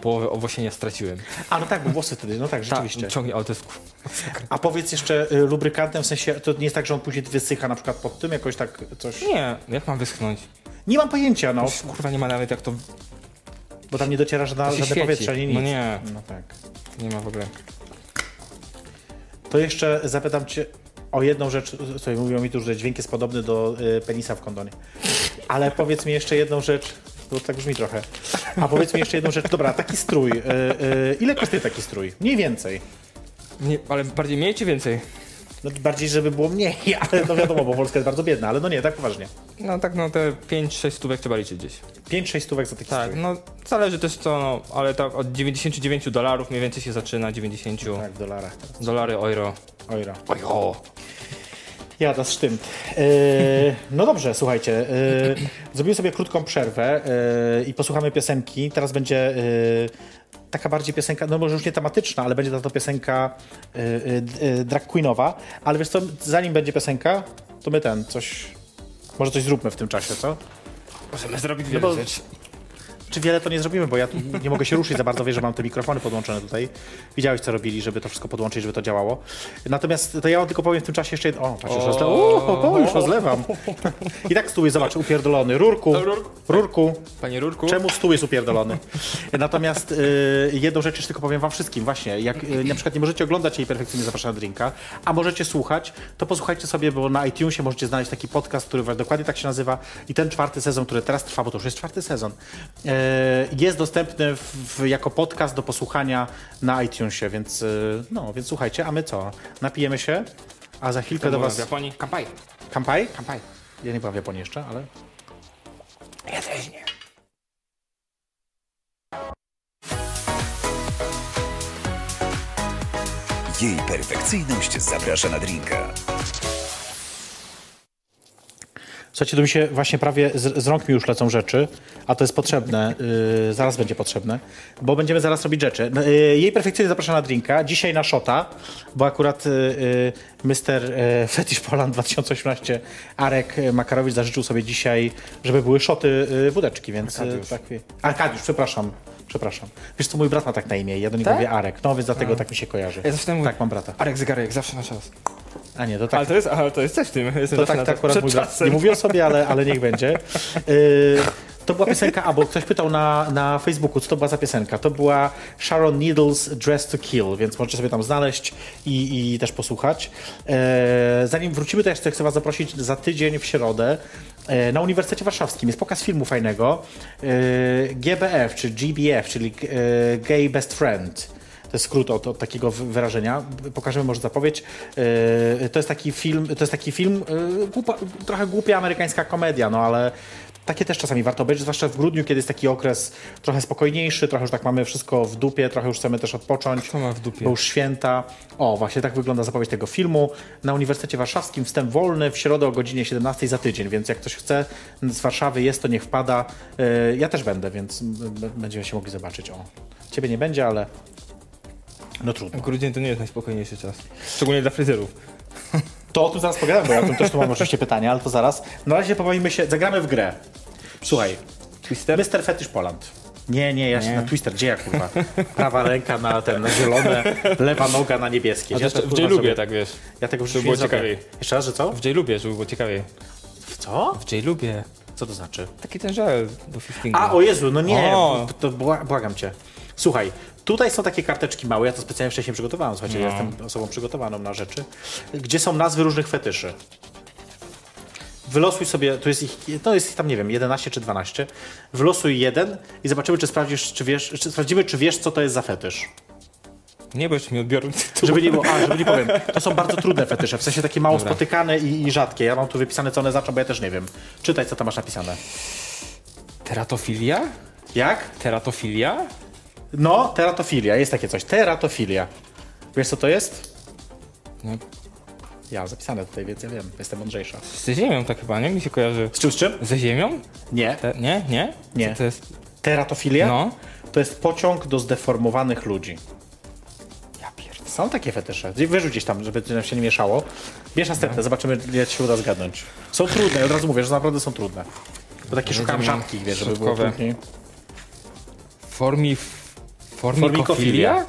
połowę owłosienia straciłem. A no tak, bo włosy wtedy, no tak, Tak, rzeczywiście. ciągnie autysku. A powiedz jeszcze y, lubrykantem, w sensie, to nie jest tak, że on później wysycha na przykład pod tym, jakoś tak coś... Nie, jak mam wyschnąć? Nie mam pojęcia, no, Kurwa, nie ma nawet jak to... bo tam nie dociera żadna, To się żadne świeci. powietrze, ani nic. No nie. No tak. Nie ma w ogóle. To jeszcze zapytam cię o jedną rzecz, słuchaj, mówią mi tu, że dźwięk jest podobny do y, penisa w kondonie. Ale powiedz mi jeszcze jedną rzecz, bo tak brzmi trochę. A powiedz mi jeszcze jedną rzecz, dobra, taki strój, y, y, ile kosztuje taki strój? Mniej więcej. Nie, ale bardziej mniej czy więcej? No, No, bardziej, żeby było mniej, ale no wiadomo, bo Polska jest bardzo biedna, ale no nie, tak poważnie. No tak, no te 5-6 stówek trzeba liczyć gdzieś. 5-6 stówek za taki Tak, strój. no zależy też co, no, ale tak od 99 dolarów mniej więcej się zaczyna, 90 Tak, w dolarach. dolary, euro. Ojra. Ojo. Jada z tym. E, no dobrze, słuchajcie. Yy, zrobimy sobie krótką przerwę yy, i posłuchamy piosenki. Teraz będzie yy, taka bardziej piosenka, no może już nie tematyczna, ale będzie to piosenka yy, yy, drag queenowa. Ale wiesz co, zanim będzie piosenka, to my ten, coś... Może coś zróbmy w tym czasie, co? Możemy zrobić wiele rzeczy. Czy wiele to nie zrobimy, bo ja tu nie mogę się ruszyć za bardzo, wiesz, że mam te mikrofony podłączone tutaj. Widziałeś, co robili, żeby to wszystko podłączyć, żeby to działało. Natomiast to ja wam tylko powiem w tym czasie jeszcze jedno. O, patrz, już O. rozle... o, o, już rozlewam. I tak stół jest, zobacz, upierdolony. Rurku, rurku, Panie Rurku, czemu stół jest upierdolony? Natomiast y, jedną rzecz jeszcze tylko powiem wam wszystkim, właśnie, jak y, na przykład nie możecie oglądać jej perfekcyjnie zapraszana drinka, a możecie słuchać, to posłuchajcie sobie, bo na iTunesie możecie znaleźć taki podcast, który właśnie dokładnie tak się nazywa i ten czwarty sezon, który teraz trwa, bo to już jest czwarty sezon, y, jest dostępny w, w, jako podcast do posłuchania na iTunesie, więc y, no, więc słuchajcie, a my co? Napijemy się, a za chwilkę do w was... Japonii. Kampai, Kampai? kampai. Ja nie byłam w Japonii jeszcze, ale... Ja też nie. Jej perfekcyjność zaprasza na drinka. Słuchajcie, tu mi się właśnie prawie z, z rąk mi już lecą rzeczy, a to jest potrzebne, yy, zaraz będzie potrzebne, bo będziemy zaraz robić rzeczy. Yy, jej perfekcyjnie zaprasza na drinka, dzisiaj na shota, bo akurat yy, yy, Mr. Yy, Fetish Poland 2018 Arek Makarowicz zażyczył sobie dzisiaj, żeby były szoty yy, wódeczki, więc... Arkadiusz. Tak, Arkadiusz, przepraszam. Przepraszam. Wiesz co, mój brat ma tak na imię, ja do niego Tak? mówię Arek, no więc dlatego tak mi się kojarzy. Ja zawsze mówię- Tak, mam brata. Arek Zegarek, zawsze na czas. A nie, to tak. Ale to jest, ale to jest coś w tym. Jestem To zawsze tak, na tak czas. akurat Przed mój brat. czasem. Nie mówię o sobie, ale, ale niech będzie. Yy, to była piosenka, albo ktoś pytał na, na Facebooku, co to była za piosenka. To była Sharon Needles Dress to Kill, więc możecie sobie tam znaleźć i, i też posłuchać. Yy, zanim wrócimy, to jeszcze chcę Was zaprosić za tydzień w środę yy, na Uniwersytecie Warszawskim. Jest pokaz filmu fajnego yy, GBF, czy GBF, czyli yy, Gay Best Friend. To jest skrót od, od takiego wy- wyrażenia. Pokażemy może zapowiedź. Yy, to jest taki film, to jest taki film yy, głupa, trochę głupia amerykańska komedia, no ale takie też czasami warto obejrzeć, zwłaszcza w grudniu, kiedy jest taki okres trochę spokojniejszy, trochę już tak mamy wszystko w dupie, trochę już chcemy też odpocząć. Kto ma w dupie? Bo już święta. O, właśnie tak wygląda zapowiedź tego filmu. Na Uniwersytecie Warszawskim wstęp wolny w środę o godzinie 17 za tydzień, więc jak ktoś chce z Warszawy jest, to niech wpada. Yy, ja też będę, więc b- b- będziemy się mogli zobaczyć. O, ciebie nie będzie, ale no trudno. Grudzień to nie jest najspokojniejszy czas. Szczególnie dla fryzjerów. To o tym zaraz pogadamy, bo ja o tym też tu mam oczywiście pytania, ale to zaraz. Na razie pobawimy się, zagramy w grę. Słuchaj, Twister? Mr. Fetish Poland. Nie, nie, ja się Nie. na Twister, gdzie ja kurwa? Prawa ręka na ten, na zielone, lewa noga na niebieskie. A Gdzie ja też to, w kurwa, J lubię, zrobię? tak wiesz. Ja tego w życiu było nie zrobię. ciekawiej. Jeszcze raz, że co? W J lubię, żeby było ciekawiej. W co? W J lubię. Co to znaczy? Taki ten żel do Fiftinga. A, o Jezu, no nie, O. to bła- błagam cię. Słuchaj, tutaj są takie karteczki małe, ja to specjalnie wcześniej przygotowałem, słuchajcie, ja jestem osobą przygotowaną na rzeczy, gdzie są nazwy różnych fetyszy. Wylosuj sobie, tu jest ich, to jest ich tam, nie wiem, 11 czy 12. Wylosuj jeden i zobaczymy, czy sprawdzisz, czy wiesz, czy sprawdzimy, czy wiesz, co to jest za fetysz. Nie, bo jeszcze mi odbiorą tytuł. Żeby nie było, a, żeby nie powiem, to są bardzo trudne fetysze, w sensie takie mało spotykane i, i rzadkie. Ja mam tu wypisane, co one znaczą, bo ja też nie wiem. Czytaj, co tam masz napisane. Teratofilia? Jak? Teratofilia? No, teratofilia, jest takie coś. Teratofilia. Wiesz co to jest? No, Ja mam zapisane tutaj, więc ja wiem, jestem mądrzejsza. ze ziemią tak chyba, nie? Mi się kojarzy. Z czym, z czym? Ze ziemią? Nie. Te, nie? Nie? Nie. Co to jest? Teratofilia No. to jest pociąg do zdeformowanych ludzi. Ja pierdolę. Są takie fetysze. Wyrzucić tam, żeby nam się nie mieszało. Bierz następne, zobaczymy, ile ci się uda zgadnąć. Są trudne, ja od razu mówię, że naprawdę są trudne. Bo takie szukam Będziemy rzadkich, wiesz, żeby było środkowe. trudniej. Formi... Formikofilia?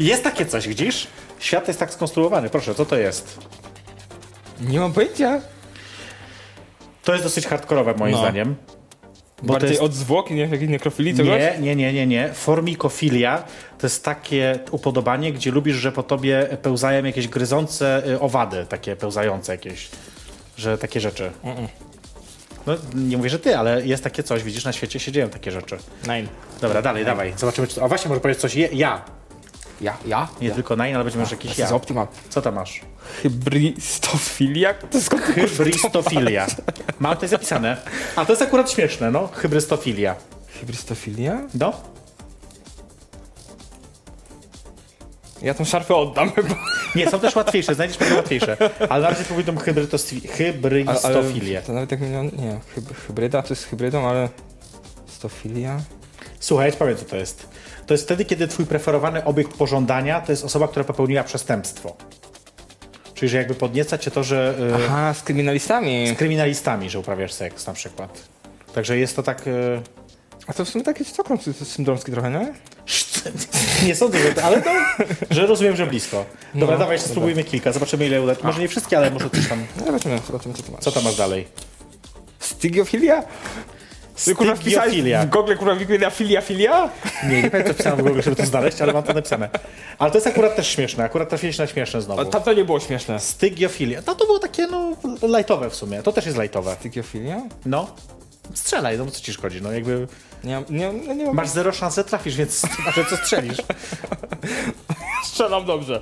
Jest takie coś, widzisz? Świat jest tak skonstruowany. Proszę, co to jest? Nie mam pojęcia. To jest dosyć hardkorowe moim No. zdaniem. Bo to Bardziej jest- od zwłok, nie? Jakiej nekrofilii, czegoś? Nie, nie, nie, nie, nie. Formikofilia to jest takie upodobanie, gdzie lubisz, że po tobie pełzają jakieś gryzące y, owady, takie pełzające jakieś, że takie rzeczy. No, nie mówię, że ty, ale jest takie coś, widzisz, na świecie się dzieją takie rzeczy. Nein. Dobra, dalej, dawaj. Zobaczymy, czy to... A właśnie, może powiedzieć coś je, ja. Ja, ja? Nie tylko nine, ale będzie masz jakiś ja. Z Optima. Co tam masz? Hybristofiliak? To skąd ty kurwa- Hybrystofilia. Mam to jest zapisane. A to jest akurat śmieszne, no. Hybrystofilia. Hybrystofilia? No. Ja tą szarfę oddam chyba. Nie, są też łatwiejsze, znajdziesz pewnie łatwiejsze. Ale na razie powiedziałbym hybrytosti- hybrystofilię. To nawet jak milion... Nie, hyb, hybryda to jest hybrydą, ale... Stofilia? Słuchaj, ja ci powiem co to jest. To jest wtedy, kiedy twój preferowany obiekt pożądania to jest osoba, która popełniła przestępstwo. Czyli, że jakby podnieca cię to, że y, Aha, z kryminalistami. z kryminalistami, że uprawiasz seks na przykład. Także jest to tak... Y, A to w sumie taki Stockholm sy- syndromski trochę, nie? nie sądzę, że, ale no, że rozumiem, że blisko. Dobra, No, dawaj, jeszcze spróbujmy kilka, zobaczymy ile uda. Może nie wszystkie, ale może coś tam... No zobaczymy, zobaczymy co tu masz. Co tam masz dalej? Stygiofilia? Ty, kurwa, wpisałeś Stygiofilia. W Google kurwa Wikipedia filia filia? Nie, nie pamiętam, co pisałem w ogóle, żeby to znaleźć, ale mam to napisane. Ale to jest akurat też śmieszne, akurat trafiliście na śmieszne A znowu. tam to nie było śmieszne. Stygiofilia. No to było takie, no, lightowe w sumie. To też jest lightowe. Stygiofilia? No. Strzelaj, no co ci szkodzi, no jakby Nie, nie, nie, nie mam. masz zero szans, że trafisz, więc że co strzelisz. Strzelam dobrze.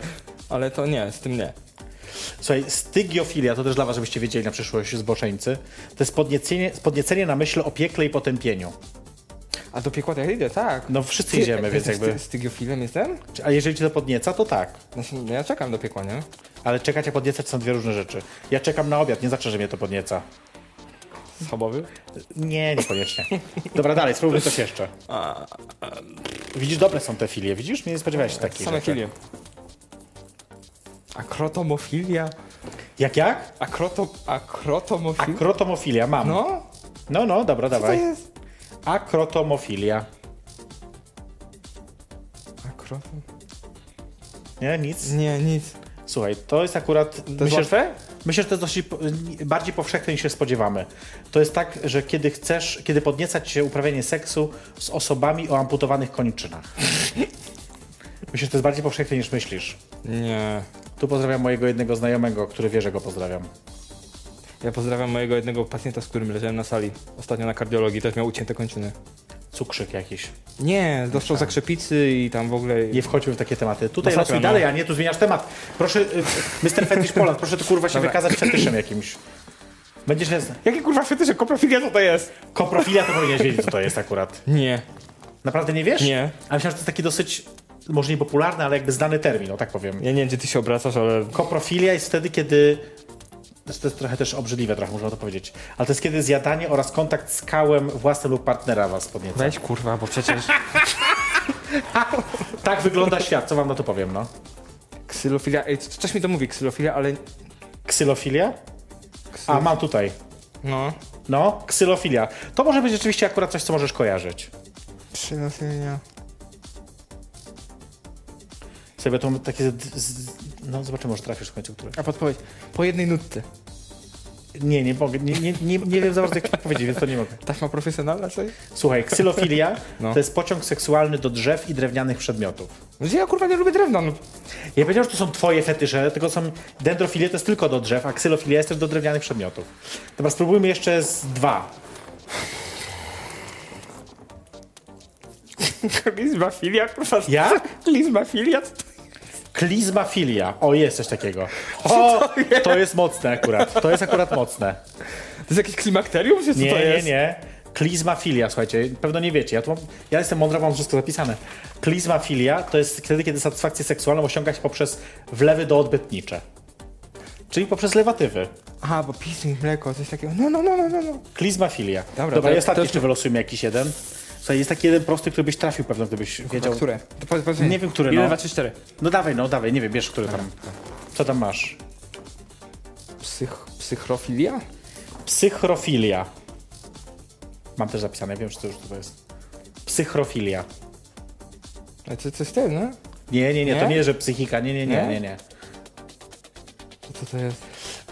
Ale to nie, z tym nie. Słuchaj, stygiofilia, to też dla was, żebyście wiedzieli na przyszłość zboczeńcy, to jest podniecenie, podniecenie na myśl o piekle i potępieniu. A do piekła to ja idę, tak. No wszyscy idziemy, więc jakby... Stygiofilem jestem? A jeżeli cię to podnieca, to tak. Znaczy, no ja czekam do piekła, nie? Ale czekać, a podniecać są dwie różne rzeczy. Ja czekam na obiad, nie znaczy, że mnie to podnieca. Schabowy? Nie, niekoniecznie. Dobra, dalej, spróbuj coś jeszcze. Widzisz, dobre są te filie, widzisz? Nie spodziewałeś się takiej Same rzeczy. filie. Akrotomofilia? Jak, jak? Akroto... Akrotomofilia? Akrotomofilia, mam. No, No? no, dobra, Co to dawaj. jest? Akrotomofilia. Akrotom... Nie, nic. Nie, nic. Słuchaj, to jest akurat... To jest myślę, że, łatwe? myślę, że to jest dosyć, po- bardziej powszechne niż się spodziewamy. To jest tak, że kiedy chcesz, kiedy podnieca cię uprawianie seksu z osobami o amputowanych kończynach. Myślę, że to jest bardziej powszechne niż myślisz. Nie. Tu pozdrawiam mojego jednego znajomego, który wie, że go pozdrawiam. Ja pozdrawiam mojego jednego pacjenta, z którym leżałem na sali. Ostatnio na kardiologii, też miał ucięte kończyny. Cukrzyk jakiś. Nie, dostał zakrzepicy i tam w ogóle... Nie wchodźmy w takie tematy. Tutaj Masakra, losuj no. dalej, a nie tu zmieniasz temat. Proszę, y, Mr. Fetish Poland, proszę tu kurwa się Dobra. wykazać fetyszem jakimś. Będziesz jest. Jakie kurwa fetysze? Koprofilia co to jest? Koprofilia to powinieneś wiedzieć, co to jest akurat. Nie. Naprawdę nie wiesz? Nie. A myślałem, że to jest taki dosyć, może nie popularny, ale jakby znany termin, o tak powiem. Ja nie wiem, gdzie ty się obracasz, ale... Koprofilia jest wtedy, kiedy. To jest- to jest trochę też obrzydliwe, trochę można to powiedzieć. Ale to jest kiedy zjadanie oraz kontakt z kałem własnym lub partnera was podnieca. Weź kurwa, bo przecież... Tak wygląda świat, co wam na to powiem, no. Ksylofilia, ej, c- coś mi to mówi ksylofilia, ale... Ksylofilia? A, mam tutaj. No. No, ksylofilia. To może być rzeczywiście akurat coś, co możesz kojarzyć. Przynoszenia. Sobie to takie. z- z- No, zobaczymy, może trafisz w końcu, które. A podpowiedź. Po jednej nutce. Nie, nie mogę. Nie, nie, nie, nie wiem za bardzo, jak to powiedzieć, więc to nie mogę. Taśma profesjonalna, coś? Słuchaj, ksylofilia No. to jest pociąg seksualny do drzew i drewnianych przedmiotów. Gdzie ja kurwa nie lubię drewna, no. Ja powiedziałem, że to są twoje fetysze, tylko są. Dendrofilia to jest tylko do drzew, a ksylofilia jest też do drewnianych przedmiotów. Dobra, spróbujmy jeszcze z dwa. Lizmafilia, kurwa. Jak? Lizmafilia, co to Klizmafilia. O, jest coś takiego. O, to jest mocne akurat. To jest akurat mocne. To jest jakieś klimakterium, czy co Nie, to nie, jest? nie. Klizmafilia, słuchajcie, pewno nie wiecie. Ja, tu mam, ja jestem mądra, mam wszystko zapisane. Klizmafilia to jest wtedy, kiedy satysfakcję seksualną osiąga się poprzez wlewy doodbytnicze. Czyli poprzez lewatywy. Aha, bo piercing, mleko, coś takiego. No, no, no, no, no. no. Klizmafilia. Dobra, Dobra, Dobra to- i ostatni to- jeszcze wylosujmy jakiś jeden. Słuchaj, jest taki jeden prosty, który byś trafił pewno, gdybyś wiedział. Które? To po, po, Nie wiem, które, no. Jeden, dwa, trzy, cztery. No dawaj, no dawaj, nie wiem, bierz, który tam. Co tam masz? Psych, psychrofilia? Psychrofilia. Mam też zapisane, wiem, że to już to jest. Psychrofilia. A co, coś ten, no? Nie, nie, nie, to Nie? nie, że psychika, nie, nie, nie, Nie? nie. nie. To co to jest?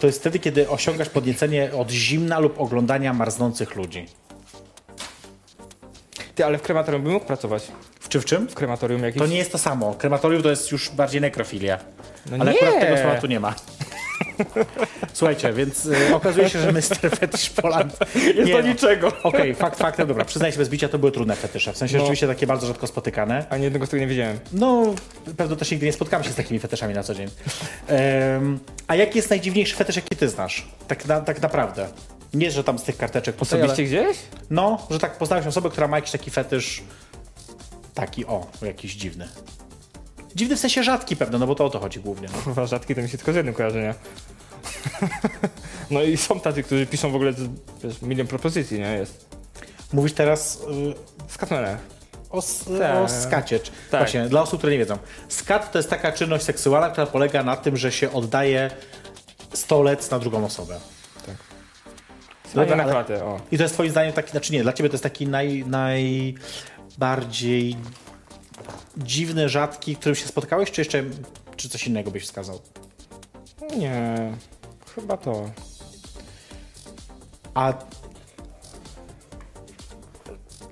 To jest wtedy, kiedy osiągasz podniecenie od zimna lub oglądania marznących ludzi. Ty, ale w krematorium bym mógł pracować. W czym w czym? W krematorium jakimś. To nie jest to samo. Krematorium to jest już bardziej nekrofilia. No Ale nie. akurat tego słowa tu nie ma. Słuchajcie, więc y, okazuje się, że Mr. Fetish Poland... Jest Nie do no. niczego. Okej, fakt faktem, dobra, przyznaję się bez bicia, to były trudne fetysze, w sensie No. rzeczywiście takie bardzo rzadko spotykane. Ani jednego z tych nie widziałem. No, pewno też nigdy nie spotkamy się z takimi fetyszami na co dzień. Em, a jaki jest najdziwniejszy fetysz, jaki ty znasz? Tak, na, tak naprawdę. Nie, że tam z tych karteczek tutaj, Osobiście Ale, gdzieś? no, że tak poznałeś osobę, która ma jakiś taki fetysz, taki o, jakiś dziwny. Dziwny w sensie rzadki pewno, no bo to o to chodzi głównie. No. Kurwa, rzadki to mi się tylko z jednym kojarzy, nie? No i są tacy, którzy piszą w ogóle wiesz, milion propozycji, nie? Jest. Mówisz teraz y, Skatmene. o, s- Tak. o skacie. czy- Tak. Właśnie, dla osób, które nie wiedzą. Skat to jest taka czynność seksualna, która polega na tym, że się oddaje stolec na drugą osobę. No na ale- klatę, o. I to jest twoim zdaniem taki, znaczy nie, dla ciebie to jest taki naj, najbardziej dziwny, rzadki, którym się spotkałeś, czy jeszcze czy coś innego byś wskazał? Nie, chyba to. A...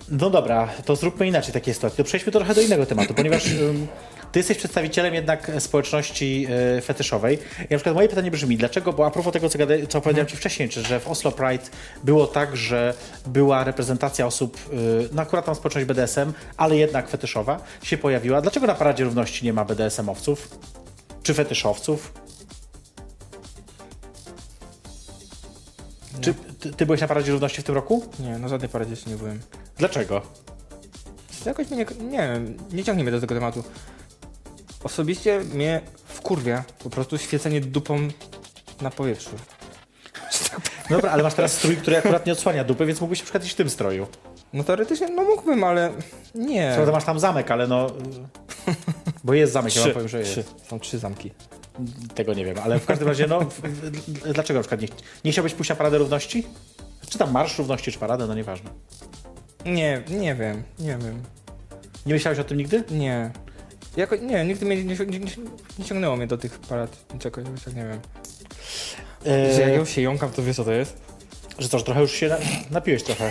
No dobra, to zróbmy inaczej takie sytuacje. To przejdźmy trochę do innego tematu, ponieważ ym, ty jesteś przedstawicielem jednak społeczności y, fetyszowej. I na przykład moje pytanie brzmi, dlaczego, bo a propos tego, co, gada, co powiedziałem ci wcześniej, czy że w Oslo Pride było tak, że była reprezentacja osób, y, no akurat tam społeczność BDSM, ale jednak fetyszowa się pojawiła. Dlaczego na Paradzie Równości nie ma BDSM-owców? Czy fetyszowców? Czy ty, ty byłeś na Paradzie Równości w tym roku? Nie, na żadnej paradzie jeszcze nie byłem. Dlaczego? Jakoś mnie, nie- nie wiem, nie ciągnie mnie do tego tematu. Osobiście mnie wkurwia po prostu świecenie dupą na powietrzu. No Dobra, ale masz teraz strój, który akurat nie odsłania dupy, więc mógłbyś na przykład iść w tym stroju. No teoretycznie, no mógłbym, ale nie. Prawda, masz tam zamek, ale no... y, Bo jest zamek, ja wam powiem, że jest. trzy. Są trzy zamki. Tego nie wiem, ale w każdym razie, no... w- w- Dlaczego na przykład nie, nie chciałbyś pójść na Paradę Równości? Czy tam Marsz Równości, czy Paradę, no nieważne. Nie, nie wiem, nie wiem. Nie myślałeś o tym nigdy? Nie. Jako, nie, nigdy mnie nie, nie, nie, nie ciągnęło mnie do tych parad niczego, jakoś tak nie wiem. Że jak E, ją się jąkam, to wiesz co to jest? Eee, że to, że trochę już się na, napiłeś trochę.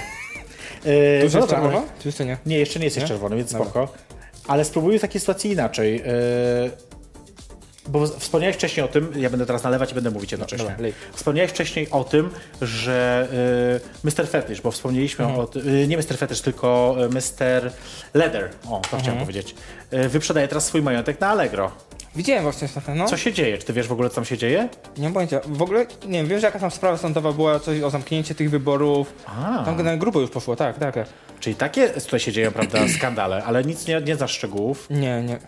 E, Dużo no jest dobra, ale- czerwona? Czy jeszcze nie? Nie, jeszcze nie jest Nie? czerwony, więc Dobra. spoko. Ale spróbuję w takiej sytuacji inaczej. Yy, bo wspomniałeś wcześniej o tym, ja będę teraz nalewać i będę mówić jednocześnie. No, dobra, lej. wspomniałeś wcześniej o tym, że yy, Mr. Fetish, bo wspomnieliśmy Mhm. o tym, yy, nie Mr. Fetish, tylko yy, Mr. Leather, o, to Mhm. chciałem powiedzieć, yy, wyprzedaje teraz swój majątek na Allegro. Widziałem właśnie ostatnio, no. Co się dzieje? Czy ty wiesz w ogóle, co tam się dzieje? Nie mam pojęcia. W ogóle, nie wiem, wiem, że jakaś tam sprawa sądowa była, coś o zamknięcie tych wyborów. A. Tam na grupę już poszło, tak, tak. tak. Czyli takie tutaj się dzieją, prawda, skandale, ale nic nie, nie za szczegółów. Nie, nie.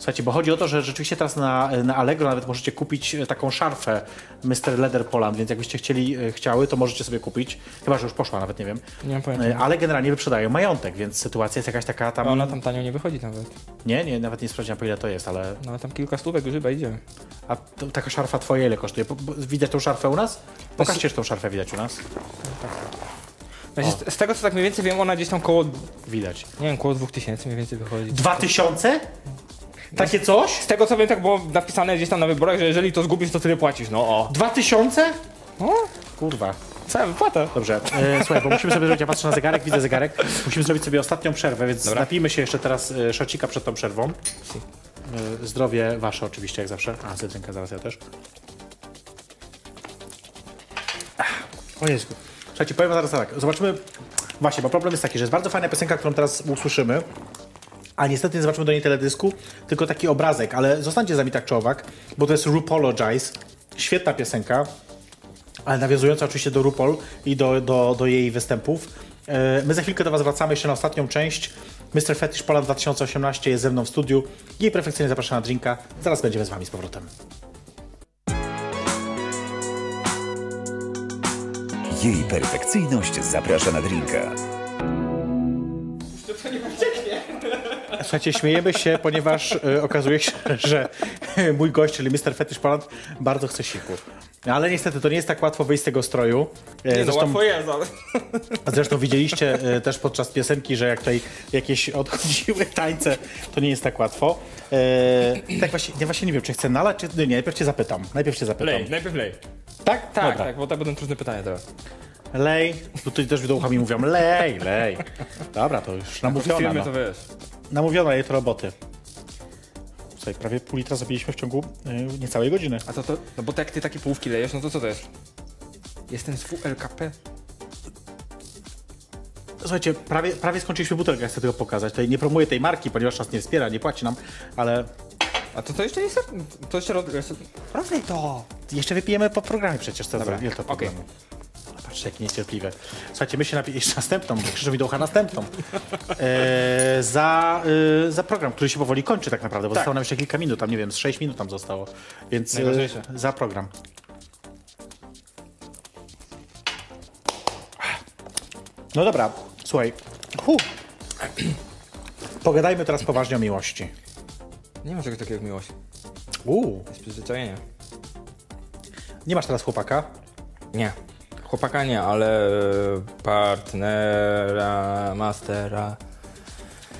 Słuchajcie, bo chodzi o to, że rzeczywiście teraz na, na Allegro nawet możecie kupić e, taką szarfę Mr. Leather Poland, więc jakbyście chcieli, e, chciały, to możecie sobie kupić. Chyba, że już poszła, nawet nie wiem. Nie mam pojęcia. E, Ale generalnie wyprzedają majątek, więc sytuacja jest jakaś taka A tam... ona tam tanio nie wychodzi nawet. Nie, nie, nawet nie sprawdziłem po ile to jest, ale... No ale tam kilka stówek już chyba idzie. A to, taka szarfa twoja ile kosztuje? Po, bo, widać tą szarfę u nas? Pokażcie, że tą szarfę widać u nas. Znaczy, z, z tego co tak mniej więcej wiem, ona gdzieś tam koło, nie Widać. wiem, koło 2000 mniej więcej wychodzi. Dwa tysiące? Takie coś? Z tego co wiem, tak było napisane gdzieś tam na wyborach, że jeżeli to zgubisz, to tyle płacisz, no o. Dwa tysiące? No, Kurwa. cała wypłata. Dobrze, e, słuchaj, bo musimy sobie zrobić, ja patrzę na zegarek, widzę zegarek, musimy zrobić sobie ostatnią przerwę, więc napijmy się jeszcze teraz e, szocika przed tą przerwą. E, zdrowie wasze oczywiście, jak zawsze. A, cytrynka zaraz ja też. Ach, O Jezu. Słuchajcie, powiem zaraz tak, zobaczymy, właśnie, bo problem jest taki, że jest bardzo fajna piosenka, którą teraz usłyszymy, a niestety nie zobaczymy do niej teledysku, tylko taki obrazek, ale zostańcie z nami tak czy owak, bo to jest Rupologize, świetna piosenka, ale nawiązująca oczywiście do RuPaul i do, do, do jej występów. E, My za chwilkę do Was wracamy jeszcze na ostatnią część. Mr. Fetish Poland 2018 jest ze mną w studiu. Jej perfekcyjnie zapraszam na drinka. Zaraz będziemy z Wami z powrotem. Jej perfekcyjność zaprasza na drinka. Słuchajcie, śmiejemy się, ponieważ e, okazuje się, że mój gość, czyli Mr. Fetish Poland, bardzo chce siku. Ale niestety to nie jest tak łatwo wyjść z tego stroju. E, no, jest, ale... A Zresztą widzieliście e, też podczas piosenki, że jak tutaj jakieś odchodziły tańce, to nie jest tak łatwo. E, tak właśnie, ja właśnie nie wiem, czy chcę nalać, czy nie, nie, najpierw cię zapytam. Najpierw cię zapytam. Lej, najpierw lej. Tak? Tak, Dobra. tak, bo tak będą trudne pytania teraz. Lej. Tutaj też do ucha mi mówią, lej, lej. Dobra, to już namówiona. Filmy No. to wiesz. Namówiona jej to roboty. Słuchaj, prawie pół litra zabiliśmy w ciągu y, niecałej godziny. A to to, no bo to jak ty takie połówki lejesz, no to co to jest? Jestem z WLKP. Słuchajcie, prawie, prawie skończyliśmy butelkę, ja chcę tego pokazać. Tutaj nie promuję tej marki, ponieważ nas nie wspiera, nie płaci nam, ale A to to jeszcze jest... To jeszcze... roz- roz- Rozlej to! jeszcze wypijemy po programie przecież. To Dobra, za- nie to okej. problemu. Patrzcie, jakie niecierpliwe. Słuchajcie, my się napijemy jeszcze następną, bo Krzysztof mi do ucha następną. E, za, e, za program, który się powoli kończy tak naprawdę, bo zostało nam jeszcze kilka minut, tam nie wiem, z 6 minut tam zostało. Więc e, Najważniejsze. za program. No dobra, słuchaj. Hu. Pogadajmy teraz poważnie o miłości. Nie ma czegoś takiego jak miłość. Uuu. Jest przyzwyczajenie. Nie masz teraz chłopaka? Nie. Chłopaka nie, ale e, partnera, mastera.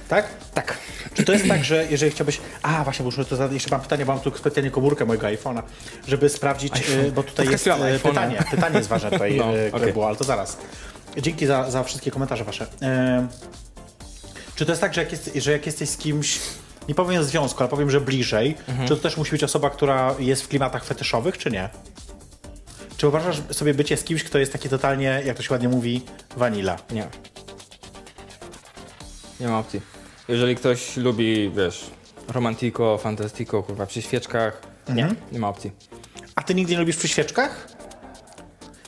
Tak? Tak. Czy to jest tak, że jeżeli chciałbyś. A, właśnie, muszę to zadać. Jeszcze mam pytanie, bo mam tu specjalnie komórkę mojego iPhone'a, żeby sprawdzić, e, bo tutaj jest Podkreślam, e, iPhone'a. pytanie. Pytanie jest ważne tutaj, No, no, które okej. było, ale to zaraz. Dzięki za, za wszystkie komentarze wasze. E, czy to jest tak, że jak, jest, że jak jesteś z kimś. Nie powiem w związku, ale powiem, że bliżej. Mhm. Czy to też musi być osoba, która jest w klimatach fetyszowych, czy nie? Czy uważasz sobie bycie z kimś, kto jest taki totalnie, jak to się ładnie mówi, vanilla? Nie. Nie ma opcji. Jeżeli ktoś lubi, wiesz, romantico, fantastico, kurwa, przy świeczkach, Mhm. nie, nie ma opcji. A ty nigdy nie lubisz przy świeczkach?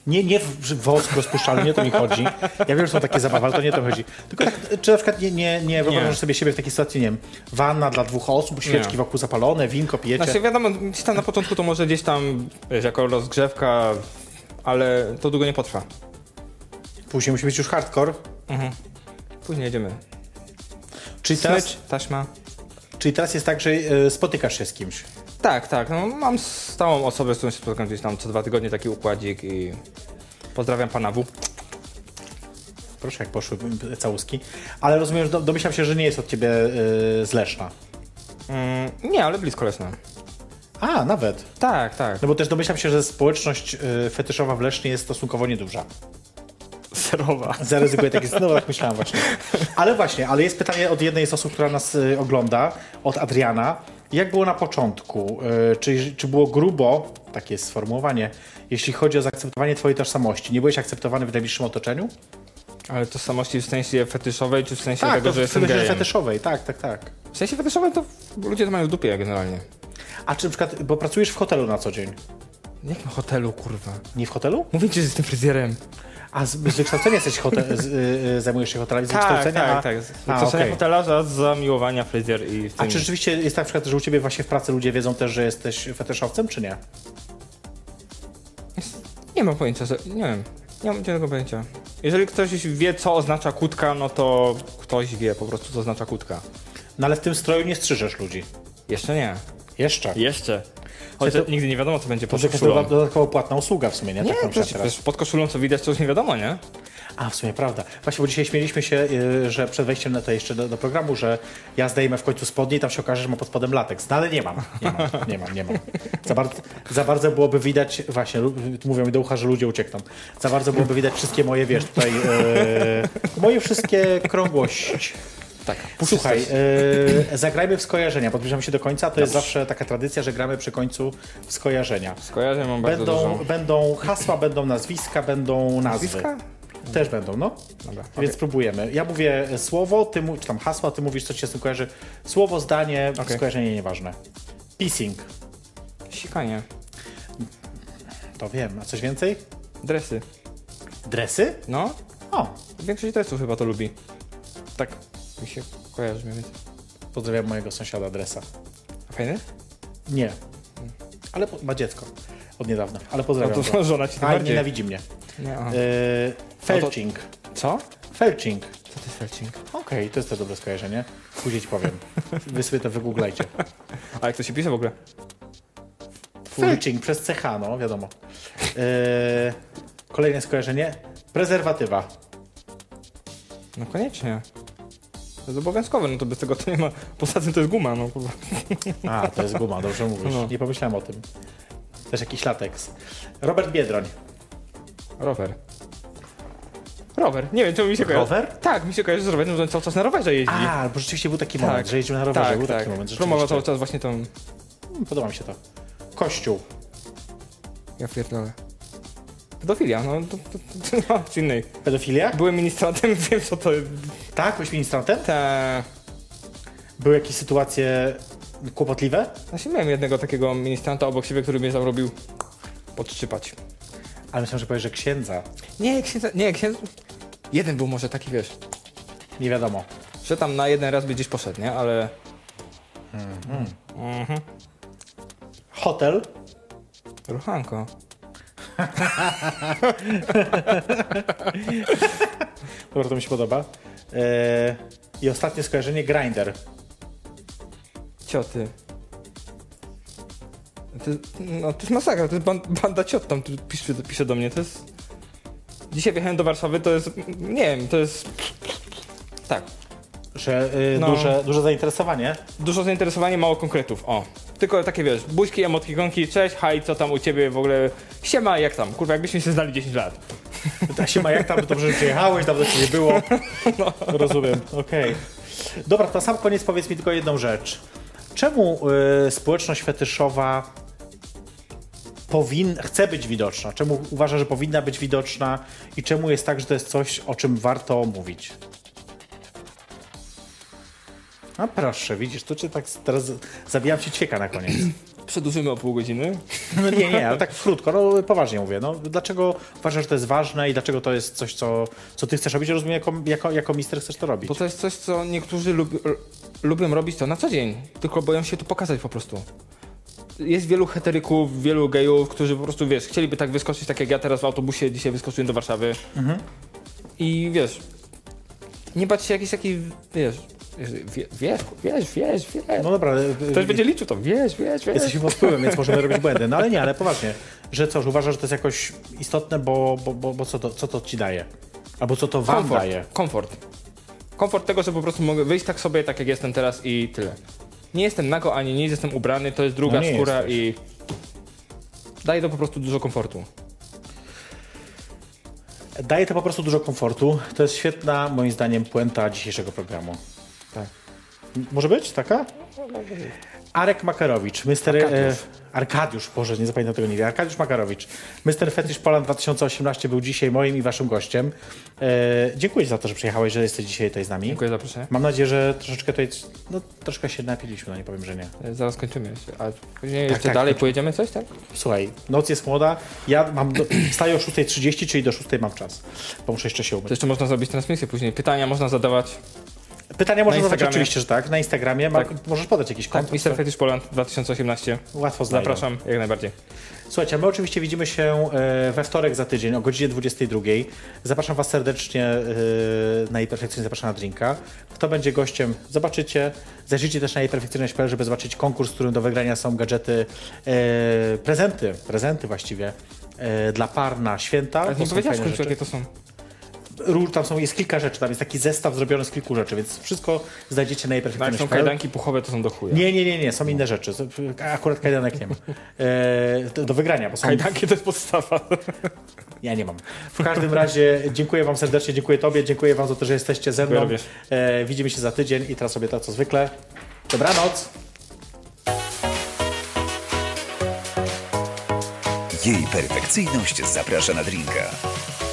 Nie, nie w wosk rozpuszczalny, nie o to mi chodzi. Ja wiem, że są takie zabawy, ale to nie o to chodzi. Tylko tak, czy na przykład nie, nie, nie wyobrażasz sobie siebie w takiej sytuacji, nie wiem, wanna dla dwóch osób, świeczki Nie. wokół zapalone, winko pijecie. Znaczy wiadomo, gdzieś tam na początku to może gdzieś tam, wiesz, jako rozgrzewka, ale to długo nie potrwa. Później musi być już hardcore. Później jedziemy. Czyli teraz, Smycz, taśma. czyli teraz jest tak, że y, spotykasz się z kimś. Tak, tak, no, mam stałą osobę, z którą się spotykam gdzieś tam co dwa tygodnie, taki układzik i pozdrawiam pana W. Proszę, jak poszły y, całuski. Ale rozumiem, że do- domyślam się, że nie jest od ciebie y, zleszna. Mm, nie, ale blisko leśna. A, nawet. Tak, tak. No bo też domyślam się, że społeczność y, fetyszowa w Lesznie jest stosunkowo nieduża. Serowa. Zarezygnuję tak, no tak myślałem właśnie. Ale właśnie, ale jest pytanie od jednej z osób, która nas y, ogląda, od Adriana. Jak było na początku? Y, czy, czy było grubo, takie jest sformułowanie, jeśli chodzi o zaakceptowanie twojej tożsamości? Nie byłeś akceptowany w najbliższym otoczeniu? Ale tożsamości w sensie fetyszowej, czy w sensie Tak, tego, to że w jestem sensie gejem? fetyszowej, tak, tak, tak. W sensie fetyszowym to ludzie to mają w dupie generalnie. A czy na przykład, bo pracujesz w hotelu na co dzień? Jak na hotelu, kurwa? Nie w hotelu? Mówię ci, że jestem fryzjerem. A z, z wykształcenia jesteś hotel, z, y, y, zajmujesz się hotelami z wykształcenia? a- Tak, Z A, wykształcenia okej. hotelarza, z zamiłowania fryzjer i w tak, A tym... czy rzeczywiście jest tak, na przykład, że u ciebie właśnie w pracy ludzie wiedzą też, że jesteś fetyszowcem, czy nie? Nie mam pojęcia, że... nie wiem. Nie mam żadnego pojęcia. Jeżeli ktoś wie, co oznacza kutka, no to ktoś wie po prostu, co oznacza kutka. No ale w tym stroju nie strzyżesz ludzi. Jeszcze nie. Jeszcze. Jeszcze. Chociaż to- nigdy nie wiadomo, co będzie pod Może jakaś doda- koszulą. dodatkowo płatna usługa w sumie, nie? Nie, tak mam to, przecież teraz. przecież pod koszulą, co widać, to już nie wiadomo, nie? A, w sumie prawda. Właśnie, bo dzisiaj śmieliśmy się, y, że przed wejściem na to jeszcze do, do programu, że ja zdejmę w końcu spodnie i tam się okaże, że mam pod spodem lateks. No ale nie mam. Nie mam, nie mam. Nie mam. Za, bardzo, za bardzo byłoby widać, właśnie, lu- mówią mi do ucha, że ludzie uciekną. Za bardzo byłoby widać wszystkie moje, wiesz, tutaj, y, moje wszystkie krągłości. Tak. Słuchaj, y, zagrajmy w skojarzenia. Podbliżamy się do końca. To jest zawsze taka tradycja, że gramy przy końcu w skojarzenia. Skojarzeń mam bardzo Będą, dużo. będą hasła, będą nazwiska, będą nazwy. Nazwiska? Też będą, no. Dobra, okej. Więc próbujemy. Ja mówię e, słowo, ty mu, czy tam hasła, ty mówisz, co ci się z tym kojarzy. Słowo, zdanie, Okej. skojarzenie nieważne. Pissing. Sikanie. To wiem. A coś więcej? Dresy. Dresy? No, O, Większość testów chyba to lubi. Tak mi się kojarzy mniej więcej. pozdrawiam mojego sąsiada Dresa. A Fajny? Nie. Ale po, ma dziecko. Od niedawna. Ale No pozdrawiam to go. żona ci tym A bardziej. nienawidzi mnie. Nie, aha. Yy, felching. Co? Felching. Co to jest felching? Okej, to jest też dobre skojarzenie. Później ci powiem. Wy sobie to wygooglajcie. A jak to się pisze w ogóle? Felching przez CH, no wiadomo. Yy, kolejne skojarzenie. Prezerwatywa. No koniecznie. To jest obowiązkowe, no to bez tego to nie ma. Poza tym to jest guma, no kurwa. A, to jest guma, dobrze mówisz. No. Nie pomyślałem o tym. Też jakiś lateks. Robert Biedroń. Rower. Rower. Nie wiem, czemu mi się kojarzy. Rower? Tak, mi się kojarzy z rowerem, że on cały czas na rowerze jeździ. A, bo rzeczywiście był taki moment, Tak. że jeździł na rowerze. tak, był tak. taki moment, Promował cały rzeczywiście. czas właśnie tą... Hmm, Podoba mi się to. Kościół. Ja pierdolę. Pedofilia, no to, to, to, to no, z innej. Pedofilia? Byłem ministrantem, wiem co to... Tak, byłeś ministrantem? Ta... Były jakieś sytuacje kłopotliwe? Znaczy miałem jednego takiego ministranta obok siebie, który mnie zamrobił podszczypać. Ale myślałem, że powiesz, że księdza. Nie, księdza, nie, księdza... Jeden był może taki, wiesz, Nie wiadomo. że tam na jeden raz by gdzieś poszedł, nie? Ale... Mhm. Hotel. Ruchanko. Dobra, to mi się podoba. E, I ostatnie skojarzenie, grinder. Cioty. To, no, to jest masakra, to jest ban- banda ciot tam tu pisze, pisze do mnie, to jest... Dzisiaj wjechałem do Warszawy, to jest, nie wiem, to jest... Tak, Że y, No. duże, duże zainteresowanie. dużo zainteresowania, mało konkretów, o. Tylko takie, wiesz, buźki, emotki, gonki, cześć, haj, co tam u ciebie w ogóle, siema, jak tam, kurwa, jakbyśmy się znali 10 lat. Tak się ma, jak tam, dobrze, że przyjechałeś, dawno cię nie było. Rozumiem, okej. Dobra, to na sam koniec powiedz mi tylko jedną rzecz. Czemu y, społeczność fetyszowa powin, chce być widoczna? Czemu uważa, że powinna być widoczna? I czemu jest tak, że to jest coś, o czym warto mówić? A No proszę, widzisz, tu cię tak teraz zabijam ci ćwieka na koniec. Przedłużymy o pół godziny. No nie, nie, ale tak krótko, no poważnie mówię. No, dlaczego uważasz, że to jest ważne i dlaczego to jest coś, co, co ty chcesz robić? Ja Rozumiem, jako, jako, jako mister chcesz to robić. Bo to jest coś, co niektórzy lubi, r- lubią robić to na co dzień, tylko boją się to pokazać po prostu. Jest wielu heteryków, wielu gejów, którzy po prostu, wiesz, chcieliby tak wyskoczyć, tak jak ja teraz w autobusie dzisiaj wyskoczyłem do Warszawy. I wiesz, nie bać się jakiejś takiej, wiesz, wiesz, wie- wiesz, wiesz, wiesz, wiesz. No dobra, ale- Ktoś będzie liczył to, wiesz, wiesz, wiesz. jesteśmy pod wpływem, więc możemy robić błędy. No ale nie, ale poważnie. Że co, że uważasz, że to jest jakoś istotne, bo, bo, bo, bo co, to, co to ci daje? Albo co to wam komfort, daje? komfort. Komfort tego, że po prostu mogę wyjść tak sobie, tak jak jestem teraz i tyle. Nie jestem nago ani nie jestem ubrany, to jest druga No nie skóra i daje to po prostu dużo komfortu. Daje to po prostu dużo komfortu. To jest świetna, moim zdaniem, puenta dzisiejszego programu. Tak. M- Może być taka? Arek Makarowicz, Mr. E, Arkadiusz. Arkadiusz, Boże, nie zapamiętam tego nigdy. Arkadiusz Makarowicz, Mr. Fetish Poland 2018 był dzisiaj moim i waszym gościem. E, dziękuję ci za to, że przyjechałeś, że jesteś dzisiaj tutaj z nami. Dziękuję za zaproszenie. Mam nadzieję, że troszeczkę tutaj, no troszkę się napiliśmy, no nie powiem, że nie. E, Zaraz kończymy jeszcze. A później jeszcze tak, dalej kończymy. pojedziemy coś, tak? Słuchaj, noc jest młoda, ja mam do, wstaję o 6.30, czyli do 6.00 mam czas, bo muszę jeszcze się To umyć. jeszcze można zrobić transmisję później. Pytania można zadawać. Pytania można zadać Instagramie. oczywiście, że tak, na Instagramie. Ma, Możesz podać jakiś Tak, kont, Mr. Fetish Poland 2018. łatwo znajdą. Zapraszam jak Tak, najbardziej. Słuchajcie, a my oczywiście widzimy się e, we wtorek za tydzień o godzinie 22. Zapraszam Was serdecznie e, na jej perfekcyjność, zapraszam na drinka. Kto będzie gościem, zobaczycie. Zajrzyjcie też na jej perfekcyjność.pl, żeby zobaczyć konkurs, w którym do wygrania są gadżety, e, prezenty, prezenty właściwie e, dla par na święta. Ale To nie są powiedziałeś w fajne końcu, rzeczy. jakie to są. Róż- Tam są, jest kilka rzeczy, tam jest taki zestaw zrobiony z kilku rzeczy, więc wszystko znajdziecie na jej Jak Tak, są perfekcyjność.pl. kajdanki puchowe, to są do chuja. Nie, nie, nie, nie, są inne rzeczy. Akurat kajdanek nie ma. E, do- do wygrania, bo są Kajdanki to jest podstawa. Ja nie mam. W każdym razie dziękuję Wam serdecznie, dziękuję Tobie, dziękuję Wam za to, że jesteście ze mną. Dziękuję również. E, widzimy się za tydzień i teraz sobie tak co zwykle. Dobranoc! Jej perfekcyjność zaprasza na drinka.